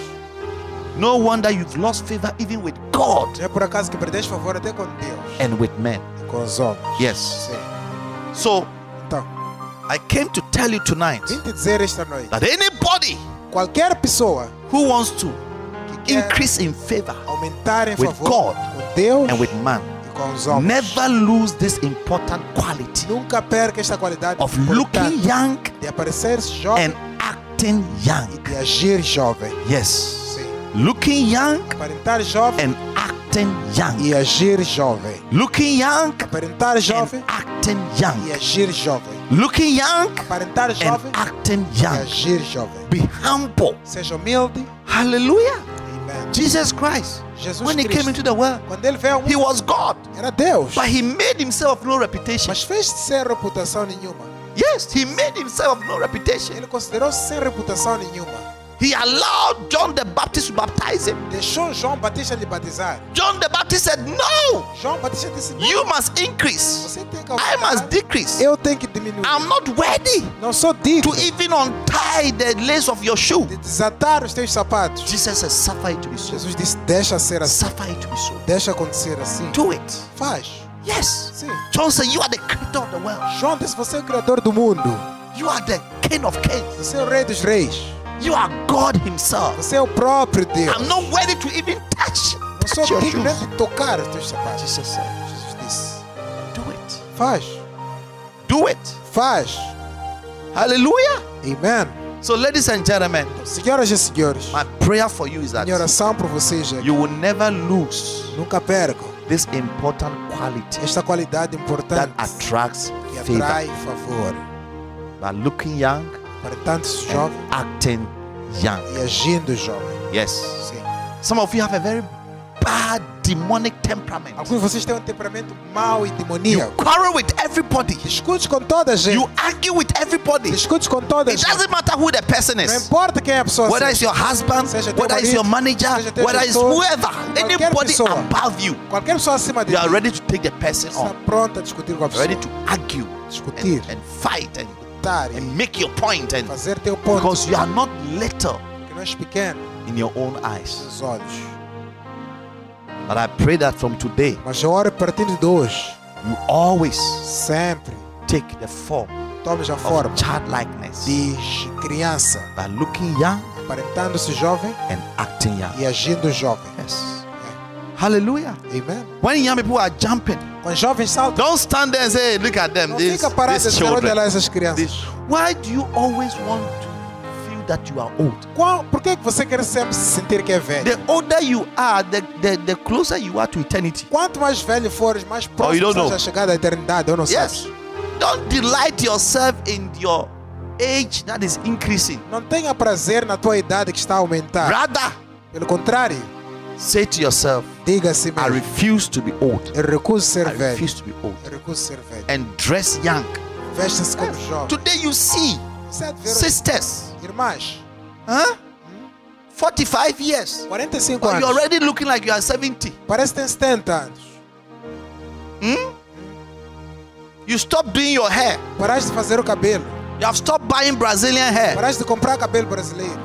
Speaker 2: No wonder you've lost favor even with God
Speaker 3: Não é por acaso que perdeste favor até com Deus
Speaker 2: and with men.
Speaker 3: e com os homens.
Speaker 2: Yes.
Speaker 3: Sim.
Speaker 2: So
Speaker 3: Então,
Speaker 2: I came to tell you tonight
Speaker 3: vim te dizer esta noite.
Speaker 2: that anybody
Speaker 3: Qualquer pessoa
Speaker 2: who wants to
Speaker 3: que quer
Speaker 2: increase in favor
Speaker 3: aumentar em
Speaker 2: with
Speaker 3: favor
Speaker 2: God
Speaker 3: com Deus
Speaker 2: and with man
Speaker 3: e com os homens.
Speaker 2: never lose this important quality
Speaker 3: Nunca perca esta qualidade
Speaker 2: of looking
Speaker 3: importante
Speaker 2: young
Speaker 3: de aparecer jovem
Speaker 2: and acting
Speaker 3: e
Speaker 2: young.
Speaker 3: de agir jovem.
Speaker 2: Yes.
Speaker 3: Sim.
Speaker 2: Looking young
Speaker 3: Aparentar jovem
Speaker 2: and acting young.
Speaker 3: e agir jovem.
Speaker 2: Looking young
Speaker 3: Aparentar
Speaker 2: and
Speaker 3: jovem
Speaker 2: acting
Speaker 3: e
Speaker 2: young.
Speaker 3: agir jovem.
Speaker 2: Looking young
Speaker 3: Aparentar jovem
Speaker 2: and acting
Speaker 3: e
Speaker 2: young.
Speaker 3: agir jovem.
Speaker 2: Be humble.
Speaker 3: Seja humilde.
Speaker 2: Hallelujah.
Speaker 3: Amém.
Speaker 2: Jesus Christ,
Speaker 3: Jesus
Speaker 2: when he came
Speaker 3: Cristo.
Speaker 2: into the world,
Speaker 3: Quando ele veio ao
Speaker 2: he
Speaker 3: mundo,
Speaker 2: was God,
Speaker 3: era Deus.
Speaker 2: but he made himself no reputation.
Speaker 3: Mas fez sem reputação nenhuma.
Speaker 2: Yes, he made himself no reputation.
Speaker 3: Ele considerou-se sem reputação nenhuma.
Speaker 2: He allowed John the Baptist to baptize him.
Speaker 3: Deixou João Batista lhe batizar.
Speaker 2: John the Baptist said, No,
Speaker 3: João Batista disse: "Não,
Speaker 2: you must increase.
Speaker 3: Você tem que
Speaker 2: I must
Speaker 3: aumentar.
Speaker 2: decrease.
Speaker 3: Eu tenho que diminuir.
Speaker 2: I'm not worthy
Speaker 3: Não sou digno
Speaker 2: to even untie the lace of your shoe.
Speaker 3: de desatar os teus sapatos.
Speaker 2: Jesus said, Suffer it to be so.
Speaker 3: Jesus disse: Deixa ser assim.
Speaker 2: Suffer it to be so.
Speaker 3: Deixa acontecer assim.
Speaker 2: Do it.
Speaker 3: Faz.
Speaker 2: Yes.
Speaker 3: Sim.
Speaker 2: John said, You are the creator of the world.
Speaker 3: João disse: Você é o criador do mundo.
Speaker 2: You are the king of kings.
Speaker 3: Você é o rei dos reis.
Speaker 2: You are God Himself.
Speaker 3: Você é o próprio Deus.
Speaker 2: I'm not worthy to even touch,
Speaker 3: Não
Speaker 2: touch
Speaker 3: sou
Speaker 2: your
Speaker 3: digno nem
Speaker 2: shoes.
Speaker 3: de tocar os teus sapatos.
Speaker 2: Jesus said,
Speaker 3: Jesus disse:
Speaker 2: Do it.
Speaker 3: Faz.
Speaker 2: Do it.
Speaker 3: Faz.
Speaker 2: Hallelujah.
Speaker 3: Amen.
Speaker 2: So, ladies and gentlemen,
Speaker 3: Senhoras e senhores,
Speaker 2: my prayer for you is that
Speaker 3: minha oração por vocês é que
Speaker 2: you will never lose
Speaker 3: nunca percam
Speaker 2: this important quality
Speaker 3: esta qualidade
Speaker 2: that
Speaker 3: importante
Speaker 2: attracts
Speaker 3: que
Speaker 2: favor
Speaker 3: atrai favor.
Speaker 2: by looking young,
Speaker 3: Para tantos jovens
Speaker 2: acting young.
Speaker 3: e agindo jovem.
Speaker 2: Yes.
Speaker 3: Sim.
Speaker 2: Some of you have a very bad demonic temperament.
Speaker 3: Alguns de vocês têm um temperamento mau e
Speaker 2: You
Speaker 3: demoníaco.
Speaker 2: quarrel with everybody.
Speaker 3: Discute com toda a gente.
Speaker 2: You argue with everybody.
Speaker 3: Discute com toda a
Speaker 2: It
Speaker 3: gente.
Speaker 2: doesn't matter who the person
Speaker 3: Não
Speaker 2: is.
Speaker 3: importa quem é a pessoa.
Speaker 2: Whether it's
Speaker 3: seja.
Speaker 2: your husband,
Speaker 3: Seja teu
Speaker 2: whether it's your
Speaker 3: marido,
Speaker 2: manager,
Speaker 3: seja teu
Speaker 2: whether it's
Speaker 3: gestor,
Speaker 2: whoever,
Speaker 3: qualquer
Speaker 2: anybody
Speaker 3: pessoa.
Speaker 2: above you,
Speaker 3: Qualquer pessoa acima de
Speaker 2: you are
Speaker 3: ti
Speaker 2: ready to take the person
Speaker 3: está
Speaker 2: on.
Speaker 3: pronta a discutir com a pessoa.
Speaker 2: Ready to argue
Speaker 3: Discutir,
Speaker 2: and, and fight and,
Speaker 3: lutar e
Speaker 2: and make your point and
Speaker 3: fazer teu ponto.
Speaker 2: because you are not little
Speaker 3: Que não és pequeno
Speaker 2: in your own eyes.
Speaker 3: nos olhos.
Speaker 2: But I pray that from today
Speaker 3: Mas eu oro partindo de hoje.
Speaker 2: you always
Speaker 3: Sempre.
Speaker 2: take the form
Speaker 3: Tomes a forma
Speaker 2: of childlikeness
Speaker 3: de criança.
Speaker 2: by looking young
Speaker 3: Aparentando-se jovem
Speaker 2: and acting young.
Speaker 3: e agindo jovem.
Speaker 2: Yes. Hallelujah.
Speaker 3: Amen.
Speaker 2: When young people are jumping,
Speaker 3: Quando jovens saltam,
Speaker 2: don't stand there and say, look at them,
Speaker 3: não
Speaker 2: these,
Speaker 3: fica parado
Speaker 2: these
Speaker 3: de olhar
Speaker 2: children.
Speaker 3: lá essas crianças.
Speaker 2: This- Why do you always want to feel that you are old?
Speaker 3: Qual, por que que você quer sempre se sentir que é velho?
Speaker 2: The older you are, the, the, the closer you are to eternity.
Speaker 3: Quanto mais velho fores, mais próximo
Speaker 2: Oh, don't know.
Speaker 3: estás da chegada à eternidade. Eu não
Speaker 2: Yes.
Speaker 3: sei.
Speaker 2: Don't delight yourself in your age that is increasing.
Speaker 3: Não tenha prazer na tua idade que está a aumentar.
Speaker 2: Rather,
Speaker 3: Pelo contrário,
Speaker 2: say to yourself,
Speaker 3: diga a si
Speaker 2: I
Speaker 3: mesmo.
Speaker 2: refuse to be old.
Speaker 3: Eu recuso ser
Speaker 2: I
Speaker 3: velho.
Speaker 2: refuse to be old.
Speaker 3: Eu recuso ser velho.
Speaker 2: And dress young.
Speaker 3: Veste-se como Jó.
Speaker 2: Today you see
Speaker 3: Você há de ver hoje.
Speaker 2: sisters,
Speaker 3: Irmãs,
Speaker 2: huh? 45 years.
Speaker 3: 45
Speaker 2: But you're
Speaker 3: anos.
Speaker 2: already looking like you are 70.
Speaker 3: Parece que tem 70 anos.
Speaker 2: You stop doing your hair.
Speaker 3: Paraste de fazer o cabelo.
Speaker 2: You have stopped buying Brazilian hair.
Speaker 3: Paraste de comprar cabelo brasileiro.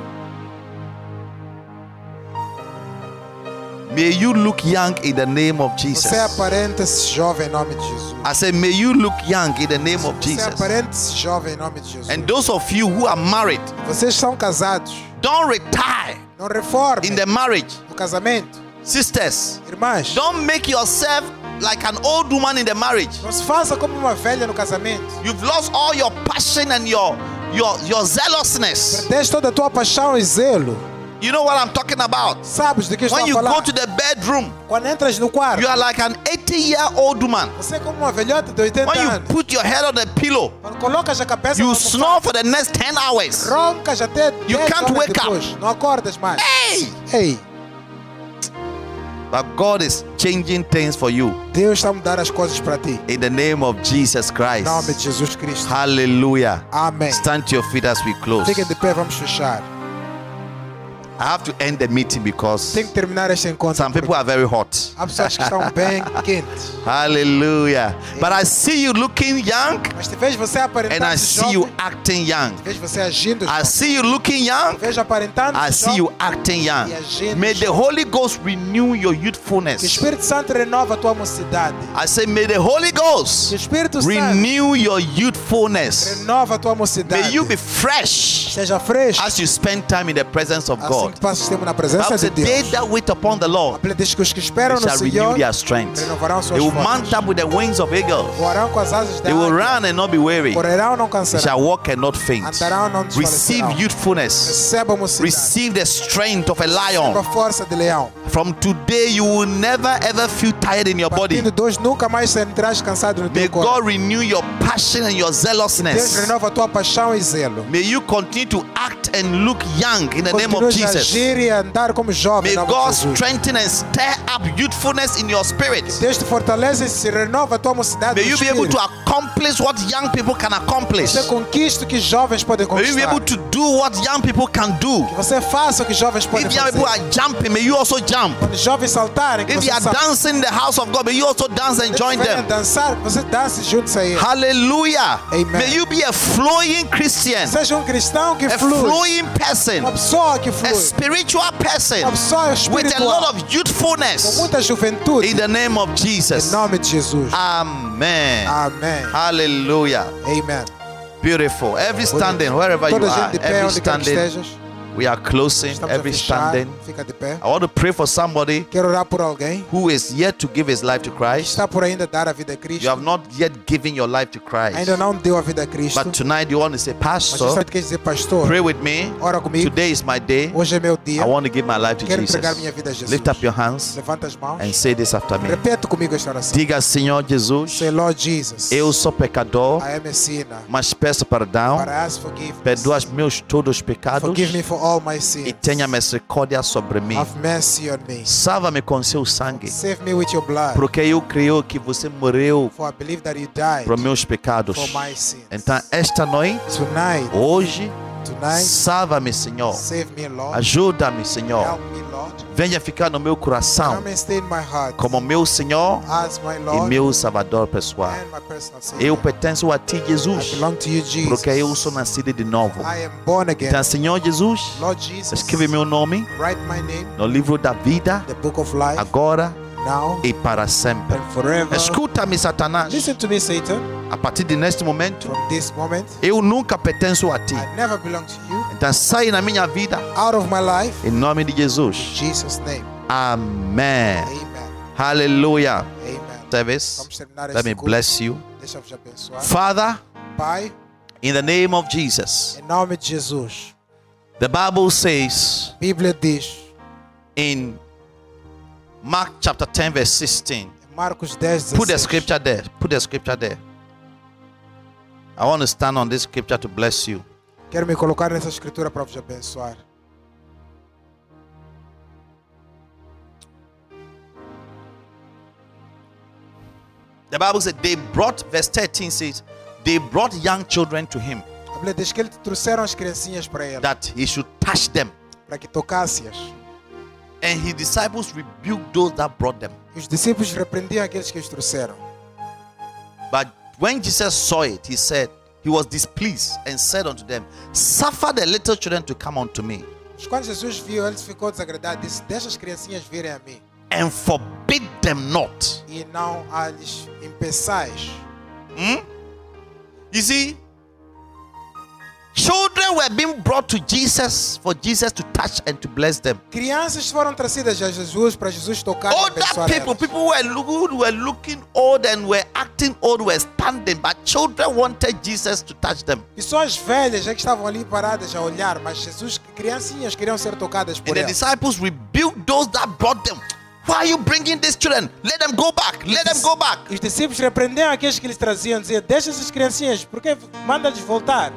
Speaker 2: May you look young in the name of Jesus.
Speaker 3: Você aparenta-se jovem em nome de Jesus.
Speaker 2: I said, may you look young in the name of
Speaker 3: Você
Speaker 2: Jesus.
Speaker 3: aparenta-se jovem em nome de Jesus.
Speaker 2: And those of you who are married,
Speaker 3: Vocês são casados.
Speaker 2: don't retire
Speaker 3: Não reformem
Speaker 2: in the marriage.
Speaker 3: no casamento.
Speaker 2: Sisters,
Speaker 3: Irmãs,
Speaker 2: don't make yourself like an old woman in the marriage.
Speaker 3: não se faça como uma velha no casamento.
Speaker 2: You've lost all your passion and your your your zealousness.
Speaker 3: Deixe toda a tua paixão e zelo.
Speaker 2: You know what I'm talking about.
Speaker 3: Sabes do que estou
Speaker 2: When
Speaker 3: a
Speaker 2: you go
Speaker 3: falar?
Speaker 2: to the bedroom,
Speaker 3: Quando entras no quarto,
Speaker 2: you are like an 80 year old woman.
Speaker 3: você é como uma velhota de 80
Speaker 2: When you
Speaker 3: anos.
Speaker 2: put your head on the pillow,
Speaker 3: Quando colocas a cabeça
Speaker 2: you
Speaker 3: no
Speaker 2: snore for the next 10 hours.
Speaker 3: roncas até 10
Speaker 2: can't
Speaker 3: horas
Speaker 2: wake up.
Speaker 3: depois. Não acordas mais.
Speaker 2: Hey!
Speaker 3: Ei,
Speaker 2: But God is changing things for you
Speaker 3: Deus está a mudar as coisas para ti.
Speaker 2: in the name of Jesus
Speaker 3: Em nome
Speaker 2: Christ.
Speaker 3: de Jesus Cristo.
Speaker 2: Hallelujah.
Speaker 3: Amém.
Speaker 2: Stand to your feet as we close.
Speaker 3: Fiquem de pé, vamos fechar.
Speaker 2: I have to end the meeting because
Speaker 3: Tem que terminar este encontro.
Speaker 2: some people are very hot.
Speaker 3: Há pessoas que estão bem quentes.
Speaker 2: Hallelujah. But I see you looking young
Speaker 3: Mas te vejo você
Speaker 2: and I
Speaker 3: aparentando
Speaker 2: see you
Speaker 3: jovem.
Speaker 2: acting young.
Speaker 3: Vejo você agindo
Speaker 2: I
Speaker 3: jovem.
Speaker 2: see you looking young.
Speaker 3: Vejo aparentando
Speaker 2: I see
Speaker 3: jovem.
Speaker 2: you acting young. May the Holy Ghost renew your
Speaker 3: Que o
Speaker 2: youthfulness.
Speaker 3: Espírito Santo renova a tua mocidade.
Speaker 2: I say, may the Holy
Speaker 3: Que o
Speaker 2: Ghost
Speaker 3: Espírito Santo
Speaker 2: renew your youthfulness.
Speaker 3: renova a tua mocidade.
Speaker 2: May you be fresh
Speaker 3: Seja fresco.
Speaker 2: as you spend time in the presence of
Speaker 3: Assim
Speaker 2: God.
Speaker 3: que passas tempo na presença
Speaker 2: Bible
Speaker 3: de
Speaker 2: said, they
Speaker 3: Deus.
Speaker 2: that wait upon the
Speaker 3: A
Speaker 2: Lord
Speaker 3: Bíblia diz que os que esperam no
Speaker 2: shall renew
Speaker 3: Senhor
Speaker 2: their strength.
Speaker 3: renovarão
Speaker 2: They
Speaker 3: suas
Speaker 2: will
Speaker 3: forças.
Speaker 2: mount up with the wings of eagles.
Speaker 3: Voarão com as asas da
Speaker 2: They will
Speaker 3: águia.
Speaker 2: run and not be weary. They
Speaker 3: Correrão não cansarão.
Speaker 2: shall walk and not faint.
Speaker 3: Andarão não
Speaker 2: Receive
Speaker 3: desfalecerão.
Speaker 2: youthfulness.
Speaker 3: Receba a mocidade.
Speaker 2: Receive the strength of a lion.
Speaker 3: Receba a força de leão.
Speaker 2: From today, you will never ever feel tired in your body.
Speaker 3: Partindo dois, nunca mais serás cansado no
Speaker 2: May
Speaker 3: teu corpo.
Speaker 2: God renew your passion and your
Speaker 3: Deus
Speaker 2: zealousness.
Speaker 3: renova a tua paixão e zelo.
Speaker 2: May you continue to act and look young in the name of
Speaker 3: Continua a
Speaker 2: Jesus.
Speaker 3: agir e a andar como
Speaker 2: May
Speaker 3: jovem. em nome de
Speaker 2: God
Speaker 3: Jesus.
Speaker 2: strengthen and stir up youthfulness in your spirit.
Speaker 3: Deus te fortalece e se renova a tua mocidade.
Speaker 2: May
Speaker 3: no
Speaker 2: you be able
Speaker 3: espírito.
Speaker 2: to accomplish what young people can accomplish.
Speaker 3: Você conquista o que jovens podem
Speaker 2: May you be
Speaker 3: conquistar.
Speaker 2: able to do what young people can do.
Speaker 3: Que Você faça o que jovens podem
Speaker 2: If young
Speaker 3: fazer.
Speaker 2: people are jumping, may you also jump.
Speaker 3: Quando jovens saltarem, que
Speaker 2: If
Speaker 3: você
Speaker 2: you are
Speaker 3: salta.
Speaker 2: dancing in the house of God, may you also dance and
Speaker 3: Eles
Speaker 2: join
Speaker 3: venham
Speaker 2: them.
Speaker 3: dançar, que você dance juntos a ele.
Speaker 2: Hallelujah.
Speaker 3: Amen.
Speaker 2: May you be a flowing Christian,
Speaker 3: Seja um cristão que
Speaker 2: a
Speaker 3: flui.
Speaker 2: flowing person,
Speaker 3: Uma pessoa que
Speaker 2: a
Speaker 3: flui.
Speaker 2: spiritual person
Speaker 3: Uma pessoa
Speaker 2: É with a
Speaker 3: espiritual.
Speaker 2: lot of
Speaker 3: Com
Speaker 2: youthfulness
Speaker 3: muita
Speaker 2: in
Speaker 3: juventude.
Speaker 2: the name of
Speaker 3: Em
Speaker 2: Jesus.
Speaker 3: nome de Jesus.
Speaker 2: Amen.
Speaker 3: Amém.
Speaker 2: Hallelujah.
Speaker 3: Amen.
Speaker 2: Beautiful. Every standing, wherever you
Speaker 3: Toda a
Speaker 2: are,
Speaker 3: gente de pé,
Speaker 2: every
Speaker 3: onde quer que
Speaker 2: standing,
Speaker 3: estejas.
Speaker 2: we are closing.
Speaker 3: Estamos a
Speaker 2: Every
Speaker 3: fechar.
Speaker 2: standing.
Speaker 3: Fica de pé.
Speaker 2: I want to pray for somebody
Speaker 3: Quero orar por alguém.
Speaker 2: who is yet to give his life to Christ.
Speaker 3: Está por ainda dar a vida a
Speaker 2: You have
Speaker 3: Cristo.
Speaker 2: not yet given your life to
Speaker 3: Ainda
Speaker 2: Christ.
Speaker 3: não deu a vida a Cristo.
Speaker 2: But tonight you want to say,
Speaker 3: Mas
Speaker 2: Pastor,
Speaker 3: você quer dizer, pastor,
Speaker 2: pray with me.
Speaker 3: ora comigo.
Speaker 2: Today is my day.
Speaker 3: Hoje é meu dia.
Speaker 2: I want to give my life to
Speaker 3: Quero entregar minha
Speaker 2: Jesus.
Speaker 3: vida a Jesus.
Speaker 2: Lift up your hands
Speaker 3: Levanta as mãos.
Speaker 2: and say this after me.
Speaker 3: Repete comigo esta oração.
Speaker 2: Diga, Senhor Jesus,
Speaker 3: Senhor Jesus,
Speaker 2: eu sou pecador,
Speaker 3: I am a sinner.
Speaker 2: mas peço perdão.
Speaker 3: Para as forgive
Speaker 2: Perdoa os meus todos os pecados
Speaker 3: Forgive me for all my
Speaker 2: e
Speaker 3: sins.
Speaker 2: tenha misericórdia sobre mim.
Speaker 3: Have mercy on me.
Speaker 2: Salva-me com seu sangue,
Speaker 3: Save me with your blood.
Speaker 2: porque eu creio que você morreu
Speaker 3: For I believe that you died
Speaker 2: para meus pecados.
Speaker 3: for my sins.
Speaker 2: Então, esta noite,
Speaker 3: Tonight,
Speaker 2: hoje,
Speaker 3: tonight,
Speaker 2: salva-me, Senhor.
Speaker 3: save me, Lord.
Speaker 2: Ajuda-me, Senhor.
Speaker 3: Help me, Lord.
Speaker 2: Venha ficar no meu coração
Speaker 3: Come and stay in my heart.
Speaker 2: como meu Senhor
Speaker 3: As my
Speaker 2: e
Speaker 3: Lord
Speaker 2: meu Salvador pessoal.
Speaker 3: and my personal Savior.
Speaker 2: Eu pertenço a Ti, Jesus,
Speaker 3: I belong to you, Jesus.
Speaker 2: porque eu sou nascido de novo.
Speaker 3: I am born again.
Speaker 2: Então, Senhor Jesus,
Speaker 3: Lord Jesus,
Speaker 2: escreve meu nome
Speaker 3: write my name
Speaker 2: no livro da vida,
Speaker 3: in the book of life
Speaker 2: agora
Speaker 3: now
Speaker 2: e para sempre.
Speaker 3: and forever.
Speaker 2: Escuta-me, Satanás.
Speaker 3: Listen to me, Satan.
Speaker 2: A partir de neste momento,
Speaker 3: From this moment,
Speaker 2: eu nunca pertenço a Ti.
Speaker 3: I never belong to you.
Speaker 2: Então, sai na minha vida,
Speaker 3: Out of my life,
Speaker 2: em nome de
Speaker 3: in
Speaker 2: Jesus.
Speaker 3: Jesus' name.
Speaker 2: Amém.
Speaker 3: Amen.
Speaker 2: Aleluia.
Speaker 3: Amen.
Speaker 2: Service.
Speaker 3: Vamos terminar
Speaker 2: Let me
Speaker 3: esse culto.
Speaker 2: bless you.
Speaker 3: Deixa eu vos abençoar.
Speaker 2: Father,
Speaker 3: Pai,
Speaker 2: in the name of Jesus.
Speaker 3: em nome de Jesus,
Speaker 2: The Bible says
Speaker 3: a Bíblia diz,
Speaker 2: in Mark chapter 10, verse 16.
Speaker 3: em Marcos 10,
Speaker 2: Put the
Speaker 3: 16,
Speaker 2: scripture there. Put the scripture there. I want to stand on this scripture to bless you.
Speaker 3: quero me colocar nessa escritura para vos abençoar.
Speaker 2: The Bible said they brought, verse 13 says, They brought young children to him
Speaker 3: A Bíblia diz que eles trouxeram as criancinhas para ele,
Speaker 2: that he should touch them.
Speaker 3: para que tocasse-as.
Speaker 2: And his disciples rebuked those that brought them.
Speaker 3: E Os discípulos repreendiam aqueles que os trouxeram.
Speaker 2: But when Jesus saw it, he said, He was displeased and said unto them, Suffer the little children to come unto me,
Speaker 3: Mas quando Jesus viu, ele ficou desagradado. Disse: Deixa as criancinhas virem a mim
Speaker 2: and forbid them not.
Speaker 3: e não a lhes impeçais.
Speaker 2: Hmm? You see, children were being brought to Jesus for Jesus to touch and to bless them.
Speaker 3: Crianças foram trazidas a Jesus para Jesus tocar e abençoar
Speaker 2: Older Oh, people,
Speaker 3: elas.
Speaker 2: people were, look, who were looking old and were acting old, were standing, but children wanted Jesus to touch them.
Speaker 3: E só as velhas é que estavam ali paradas a olhar, mas Jesus, criancinhas queriam ser tocadas
Speaker 2: And
Speaker 3: por
Speaker 2: the
Speaker 3: ele.
Speaker 2: disciples rebuked those that brought them. Why are you bringing these children? Let them go back. Let them go back.
Speaker 3: E os discípulos repreenderam aqueles que lhes traziam, diziam: Deixa essas criancinhas, porque manda-lhes voltar.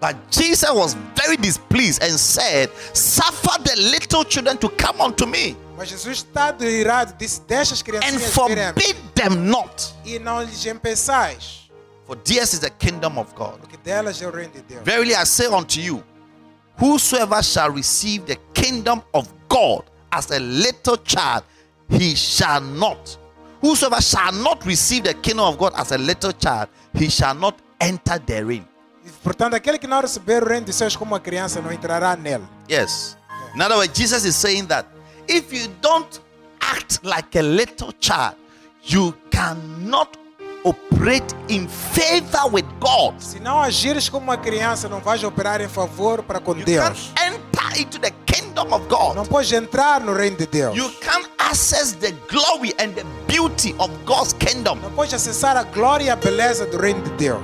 Speaker 2: But Jesus was very displeased and said, Suffer the little children to come unto me
Speaker 3: Mas Jesus está do irado, disse: Deixa as
Speaker 2: and
Speaker 3: criancinhas virem a mim
Speaker 2: forbid them not.
Speaker 3: e não lhes empeçais,
Speaker 2: For theirs is the kingdom of God.
Speaker 3: porque delas é o reino de Deus.
Speaker 2: Verily I say unto you, whosoever shall receive the kingdom of God as a little child, he shall not. Whosoever shall not receive the kingdom of God as a little child, he shall not enter therein.
Speaker 3: E, portanto, aquele que não receber o reino de Deus como uma criança não entrará nele.
Speaker 2: Yes. In other words, Jesus is saying that if you don't act like a little child, you cannot operate in favor with God.
Speaker 3: Se não agires como uma criança, não vais operar em favor para com
Speaker 2: You
Speaker 3: Deus.
Speaker 2: can't enter into the kingdom of
Speaker 3: Não
Speaker 2: God.
Speaker 3: podes entrar no reino de Deus.
Speaker 2: You can't access the glory and the beauty of God's kingdom.
Speaker 3: Não podes acessar a glória e a beleza do reino de Deus.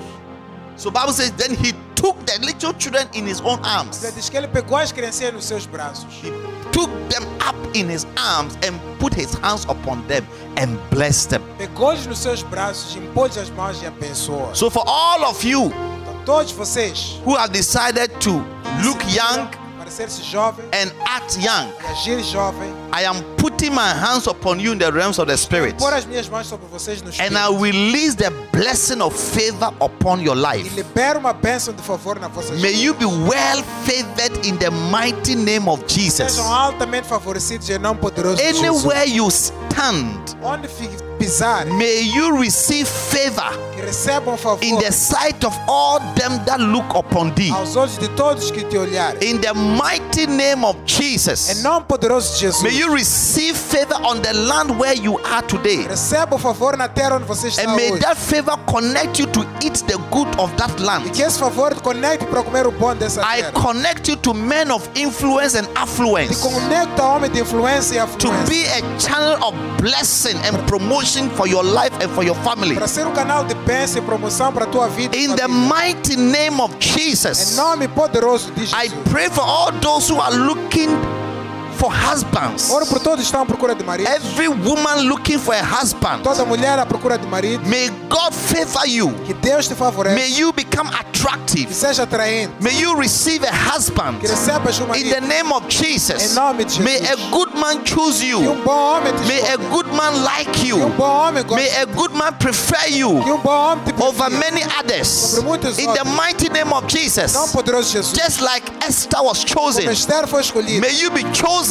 Speaker 2: So Bible says, then he took the little children in his own arms.
Speaker 3: Ele diz que ele pegou as criancinhas nos seus braços,
Speaker 2: He took them up in his arms and put his hands upon them and blessed them.
Speaker 3: pegou-os nos seus braços, impôs as mãos e abençoou-os.
Speaker 2: So for all of you
Speaker 3: Então, todos vocês
Speaker 2: who have decided to look young
Speaker 3: para ser-se jovem
Speaker 2: and act young,
Speaker 3: e agir jovem,
Speaker 2: I am putting my hands upon you in the realms of the spirit.
Speaker 3: pôr as minhas mãos sobre vocês nos
Speaker 2: And I
Speaker 3: espírito,
Speaker 2: will release the blessing of favor upon your
Speaker 3: e
Speaker 2: life.
Speaker 3: libera uma bênção de favor na vossa
Speaker 2: May
Speaker 3: vida.
Speaker 2: you be well favored in the mighty name of Jesus.
Speaker 3: Sejam altamente favorecidos em nome poderoso de Jesus.
Speaker 2: Anywhere you stand,
Speaker 3: Onde fi- pisar,
Speaker 2: may you receive favor
Speaker 3: que recebam favor
Speaker 2: in the sight of all them that look upon thee.
Speaker 3: aos olhos de todos que te olharem.
Speaker 2: In the mighty name of
Speaker 3: Em
Speaker 2: Jesus,
Speaker 3: nome poderoso de
Speaker 2: may
Speaker 3: Jesus,
Speaker 2: you receive favor on the land where you are today.
Speaker 3: recebam favor na terra onde vocês
Speaker 2: And
Speaker 3: estão
Speaker 2: may
Speaker 3: hoje.
Speaker 2: that favor connect you to eat the good of that
Speaker 3: E
Speaker 2: land.
Speaker 3: que esse favor te conecte para comer o bom dessa
Speaker 2: I
Speaker 3: terra.
Speaker 2: connect you to men of influence and affluence
Speaker 3: Te conecta homem de influência e
Speaker 2: to
Speaker 3: afluência
Speaker 2: be a channel of blessing and promotion for your life and for your family.
Speaker 3: para ser um canal de bênção e promoção para a tua vida. e
Speaker 2: In
Speaker 3: tua
Speaker 2: the
Speaker 3: vida.
Speaker 2: mighty name of
Speaker 3: Em
Speaker 2: Jesus,
Speaker 3: nome poderoso de
Speaker 2: I
Speaker 3: Jesus.
Speaker 2: pray for all those who are looking for husbands.
Speaker 3: Oro por todos que estão à procura de marido.
Speaker 2: Every woman looking for a husband,
Speaker 3: Toda mulher à procura de marido.
Speaker 2: may God favor you.
Speaker 3: Que Deus te
Speaker 2: May
Speaker 3: favoreça.
Speaker 2: you become
Speaker 3: Que
Speaker 2: attractive.
Speaker 3: seja atraente.
Speaker 2: May you receive a husband.
Speaker 3: Que recebas um
Speaker 2: In
Speaker 3: marido.
Speaker 2: the name of Jesus,
Speaker 3: Em nome de Jesus.
Speaker 2: may a good man choose
Speaker 3: Que
Speaker 2: you.
Speaker 3: um bom homem te
Speaker 2: May a
Speaker 3: escolha.
Speaker 2: good man like
Speaker 3: Que um
Speaker 2: you.
Speaker 3: bom homem goste.
Speaker 2: May a good man prefer you.
Speaker 3: Que um bom homem te
Speaker 2: over
Speaker 3: prefira.
Speaker 2: many others
Speaker 3: Sobre muitos
Speaker 2: in the
Speaker 3: outros.
Speaker 2: mighty name of Jesus.
Speaker 3: Não poderoso Jesus.
Speaker 2: Just like Esther was
Speaker 3: O
Speaker 2: chosen,
Speaker 3: mestre foi escolhido.
Speaker 2: may you be chosen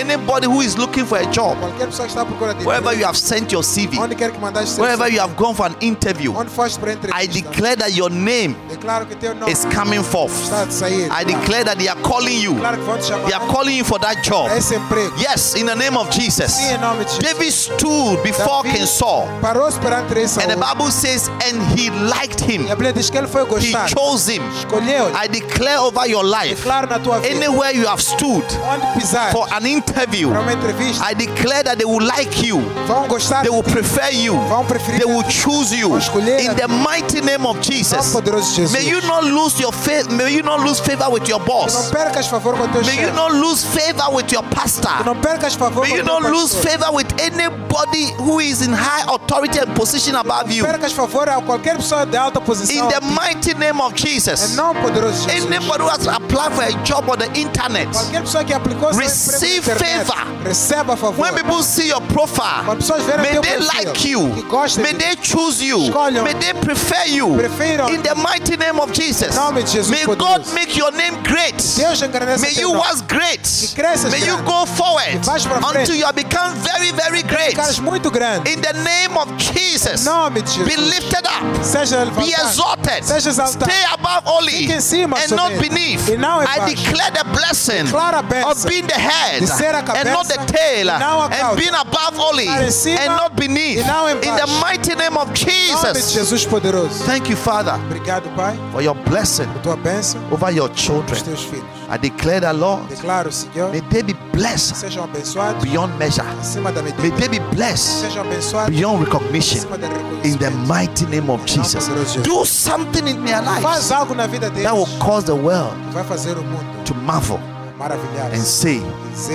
Speaker 2: Anybody who is looking for a job,
Speaker 3: Qualquer pessoa que está à procura de
Speaker 2: wherever
Speaker 3: emprego,
Speaker 2: you have sent your CV,
Speaker 3: onde quer que mandaste seu
Speaker 2: wherever
Speaker 3: CV,
Speaker 2: you have gone for an interview,
Speaker 3: onde foste para a
Speaker 2: I
Speaker 3: entrevista,
Speaker 2: declare that your name
Speaker 3: declaro que teu nome
Speaker 2: is coming forth.
Speaker 3: está de sair.
Speaker 2: I declare that they are calling you.
Speaker 3: Claro que vão te
Speaker 2: They are
Speaker 3: chamar
Speaker 2: calling you for that
Speaker 3: para
Speaker 2: job.
Speaker 3: esse emprego.
Speaker 2: Yes, in the name of Jesus.
Speaker 3: Sim, em nome de Jesus.
Speaker 2: David stood before
Speaker 3: Davi
Speaker 2: King Saul,
Speaker 3: Parou-se perante rei Saul.
Speaker 2: and the Bible says, and he liked him.
Speaker 3: E a Bíblia diz que ele foi
Speaker 2: He
Speaker 3: gostar.
Speaker 2: chose him.
Speaker 3: Escolheu.
Speaker 2: I declare over your life,
Speaker 3: Declaro É na tua vida.
Speaker 2: anywhere you have stood
Speaker 3: Onde pisar
Speaker 2: for an interview,
Speaker 3: para uma entrevista,
Speaker 2: I declare that they will like you.
Speaker 3: vão gostar.
Speaker 2: They
Speaker 3: Em
Speaker 2: will prefer you.
Speaker 3: Vão preferir.
Speaker 2: They will choose you.
Speaker 3: Vão escolher.
Speaker 2: In the mighty name of
Speaker 3: nome
Speaker 2: Jesus.
Speaker 3: poderoso de Jesus.
Speaker 2: May you not lose your faith. May you not lose favor with your
Speaker 3: Não
Speaker 2: boss.
Speaker 3: percas favor com teu
Speaker 2: May you
Speaker 3: chefe.
Speaker 2: not lose favor with your pastor.
Speaker 3: Não percas favor
Speaker 2: May
Speaker 3: com
Speaker 2: you
Speaker 3: teu
Speaker 2: not lose
Speaker 3: pastor.
Speaker 2: favor with anybody who is in high authority and position above you.
Speaker 3: Percas favor a qualquer pessoa de alta
Speaker 2: In
Speaker 3: posição.
Speaker 2: the mighty name of
Speaker 3: Em
Speaker 2: Jesus.
Speaker 3: nome poderoso de Jesus.
Speaker 2: Anybody who has applied for a job on the internet.
Speaker 3: Qualquer pessoa que aplicou seu emprego na
Speaker 2: Receive
Speaker 3: internet,
Speaker 2: favor.
Speaker 3: Receba favor.
Speaker 2: When people see your profile,
Speaker 3: Quando pessoas verem
Speaker 2: may
Speaker 3: teu
Speaker 2: they
Speaker 3: perfil,
Speaker 2: like you.
Speaker 3: que gostem
Speaker 2: May
Speaker 3: de-
Speaker 2: they choose you.
Speaker 3: Escolham.
Speaker 2: May they prefer you.
Speaker 3: Preferam.
Speaker 2: In the mighty name of Jesus.
Speaker 3: Nome de Jesus
Speaker 2: May God
Speaker 3: poderoso.
Speaker 2: make your name great.
Speaker 3: Deus engrandece
Speaker 2: May
Speaker 3: teu
Speaker 2: you
Speaker 3: nome.
Speaker 2: was great.
Speaker 3: Que cresças
Speaker 2: May you
Speaker 3: grande.
Speaker 2: go forward
Speaker 3: Que vais pra frente.
Speaker 2: until you have become very, very great.
Speaker 3: Caras Um muito grandes.
Speaker 2: In the name of Jesus.
Speaker 3: nome de Jesus.
Speaker 2: Be lifted up.
Speaker 3: Seja levantado.
Speaker 2: Be exalted.
Speaker 3: Seja exaltado.
Speaker 2: Stay above only
Speaker 3: Fique em cima
Speaker 2: and
Speaker 3: somente.
Speaker 2: not beneath.
Speaker 3: E não
Speaker 2: I
Speaker 3: embaixo.
Speaker 2: declare the blessing
Speaker 3: Declaro a
Speaker 2: of
Speaker 3: bênção
Speaker 2: being the head
Speaker 3: de ser a
Speaker 2: and not the
Speaker 3: cabeça
Speaker 2: tail
Speaker 3: e não a
Speaker 2: and
Speaker 3: cauda.
Speaker 2: being above only
Speaker 3: Estar em cima
Speaker 2: and not beneath.
Speaker 3: e não
Speaker 2: In the
Speaker 3: embaixo.
Speaker 2: mighty name of
Speaker 3: Em nome de
Speaker 2: Jesus.
Speaker 3: Jesus poderoso.
Speaker 2: Thank you, Father,
Speaker 3: Obrigado, Pai,
Speaker 2: for your blessing
Speaker 3: por tua bênção
Speaker 2: over your
Speaker 3: dos
Speaker 2: children.
Speaker 3: teus filhos.
Speaker 2: I declare the Lord,
Speaker 3: Declaro, Senhor,
Speaker 2: may they be blessed
Speaker 3: sejam abençoados
Speaker 2: beyond measure.
Speaker 3: acima da
Speaker 2: May
Speaker 3: medida.
Speaker 2: they be blessed
Speaker 3: Sejam abençoados
Speaker 2: beyond recognition.
Speaker 3: acima da
Speaker 2: In the
Speaker 3: reconhecimento.
Speaker 2: mighty name of Jesus. Do something in their lives
Speaker 3: Faz algo na vida
Speaker 2: that will
Speaker 3: deles.
Speaker 2: cause the world
Speaker 3: Vai fazer o mundo
Speaker 2: to marvel
Speaker 3: maravilhar.
Speaker 2: and say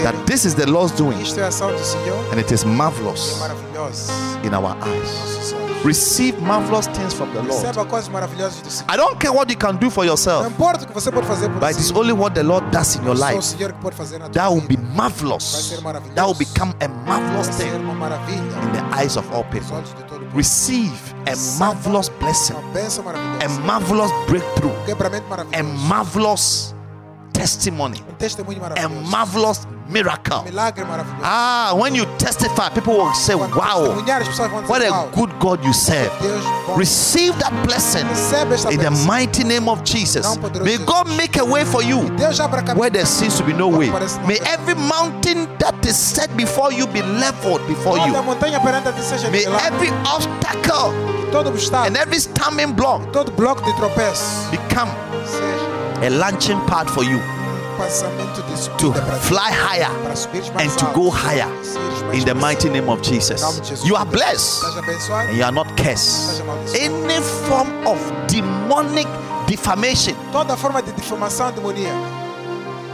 Speaker 2: that this is the Lord's doing
Speaker 3: Isto é a ação do Senhor.
Speaker 2: and it is
Speaker 3: É
Speaker 2: marvelous
Speaker 3: maravilhoso.
Speaker 2: in our eyes.
Speaker 3: Nossos olhos.
Speaker 2: Receive marvelous things from the Lord.
Speaker 3: Receba coisas maravilhosas do Senhor.
Speaker 2: I don't care what you can do for
Speaker 3: Não
Speaker 2: yourself,
Speaker 3: importa o que você pode fazer por
Speaker 2: but it
Speaker 3: si.
Speaker 2: is only what the Lord does in your
Speaker 3: Só o
Speaker 2: life
Speaker 3: Senhor que pode fazer na
Speaker 2: that
Speaker 3: tua
Speaker 2: will be
Speaker 3: vida.
Speaker 2: marvelous. That will become a
Speaker 3: Vai
Speaker 2: marvelous
Speaker 3: ser
Speaker 2: thing
Speaker 3: uma maravilha
Speaker 2: in the eyes of all
Speaker 3: aos
Speaker 2: people.
Speaker 3: olhos de todo o povo.
Speaker 2: Receive a marvelous blessing,
Speaker 3: Uma bênção
Speaker 2: a
Speaker 3: maravilhosa.
Speaker 2: marvelous breakthrough,
Speaker 3: Um quebramento
Speaker 2: a
Speaker 3: maravilhoso.
Speaker 2: marvelous testimony,
Speaker 3: Um testemunho
Speaker 2: a
Speaker 3: maravilhoso.
Speaker 2: marvelous
Speaker 3: Um
Speaker 2: miracle.
Speaker 3: milagre maravilhoso.
Speaker 2: Ah, when you testify, people will say,
Speaker 3: Quando
Speaker 2: Wow,
Speaker 3: testemunhar, as pessoas vão
Speaker 2: what
Speaker 3: dizer,
Speaker 2: a
Speaker 3: "Uau,
Speaker 2: good God you serve.
Speaker 3: Deus bom.
Speaker 2: Receive that blessing
Speaker 3: Receba esta
Speaker 2: in the
Speaker 3: bênção.
Speaker 2: mighty name of Jesus. May God make a way for you
Speaker 3: Deus abre a caminho.
Speaker 2: where there seems to be no way. May every mountain that is set before you be leveled before
Speaker 3: Toda
Speaker 2: you.
Speaker 3: montanha perante ti seja
Speaker 2: May
Speaker 3: nivelada.
Speaker 2: every obstacle
Speaker 3: Todo obstáculo,
Speaker 2: and every stumbling block
Speaker 3: todo bloco de tropeço
Speaker 2: become
Speaker 3: seja
Speaker 2: a launching pad for you
Speaker 3: um passamento de
Speaker 2: to
Speaker 3: subida para ti.
Speaker 2: fly higher
Speaker 3: Para subires mais
Speaker 2: and to
Speaker 3: alto.
Speaker 2: go higher
Speaker 3: Seres mais
Speaker 2: in the
Speaker 3: precisos.
Speaker 2: mighty name of
Speaker 3: Em nome de
Speaker 2: Jesus.
Speaker 3: Jesus.
Speaker 2: You are blessed.
Speaker 3: Seja abençoado.
Speaker 2: and you are not cursed. Any form of demonic defamation
Speaker 3: Toda forma de difamação demonia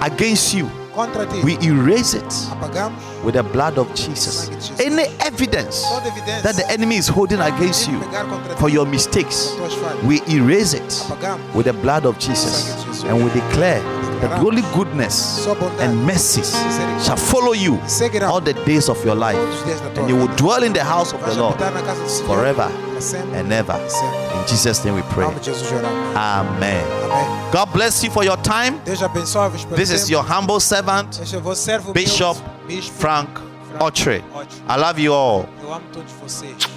Speaker 2: against you,
Speaker 3: contra ti.
Speaker 2: we erase it
Speaker 3: Apagamos
Speaker 2: with the blood of Jesus. Any evidence
Speaker 3: toda evidência
Speaker 2: that the enemy is holding against you
Speaker 3: de pegar contra ti.
Speaker 2: for your mistakes,
Speaker 3: tuas falhas.
Speaker 2: we erase it
Speaker 3: Apagamos
Speaker 2: with the blood of Jesus and we declare that only goodness and mercies shall follow you all the days of your life and you will dwell in the house of the
Speaker 3: Vais
Speaker 2: Lord
Speaker 3: habitar na casa do Senhor
Speaker 2: forever
Speaker 3: para sempre.
Speaker 2: and ever.
Speaker 3: Sempre.
Speaker 2: In Jesus' name we
Speaker 3: Em
Speaker 2: pray.
Speaker 3: nome de Jesus oramos.
Speaker 2: Amen.
Speaker 3: Amém.
Speaker 2: God bless you for your time.
Speaker 3: Deus abençoe-vos pelo
Speaker 2: This is
Speaker 3: tempo.
Speaker 2: your humble servant,
Speaker 3: Este é o vosso servo
Speaker 2: Bishop
Speaker 3: humilde, Bispo
Speaker 2: Frank Otre.
Speaker 3: Otre.
Speaker 2: I love you all.
Speaker 3: Eu amo todos vocês.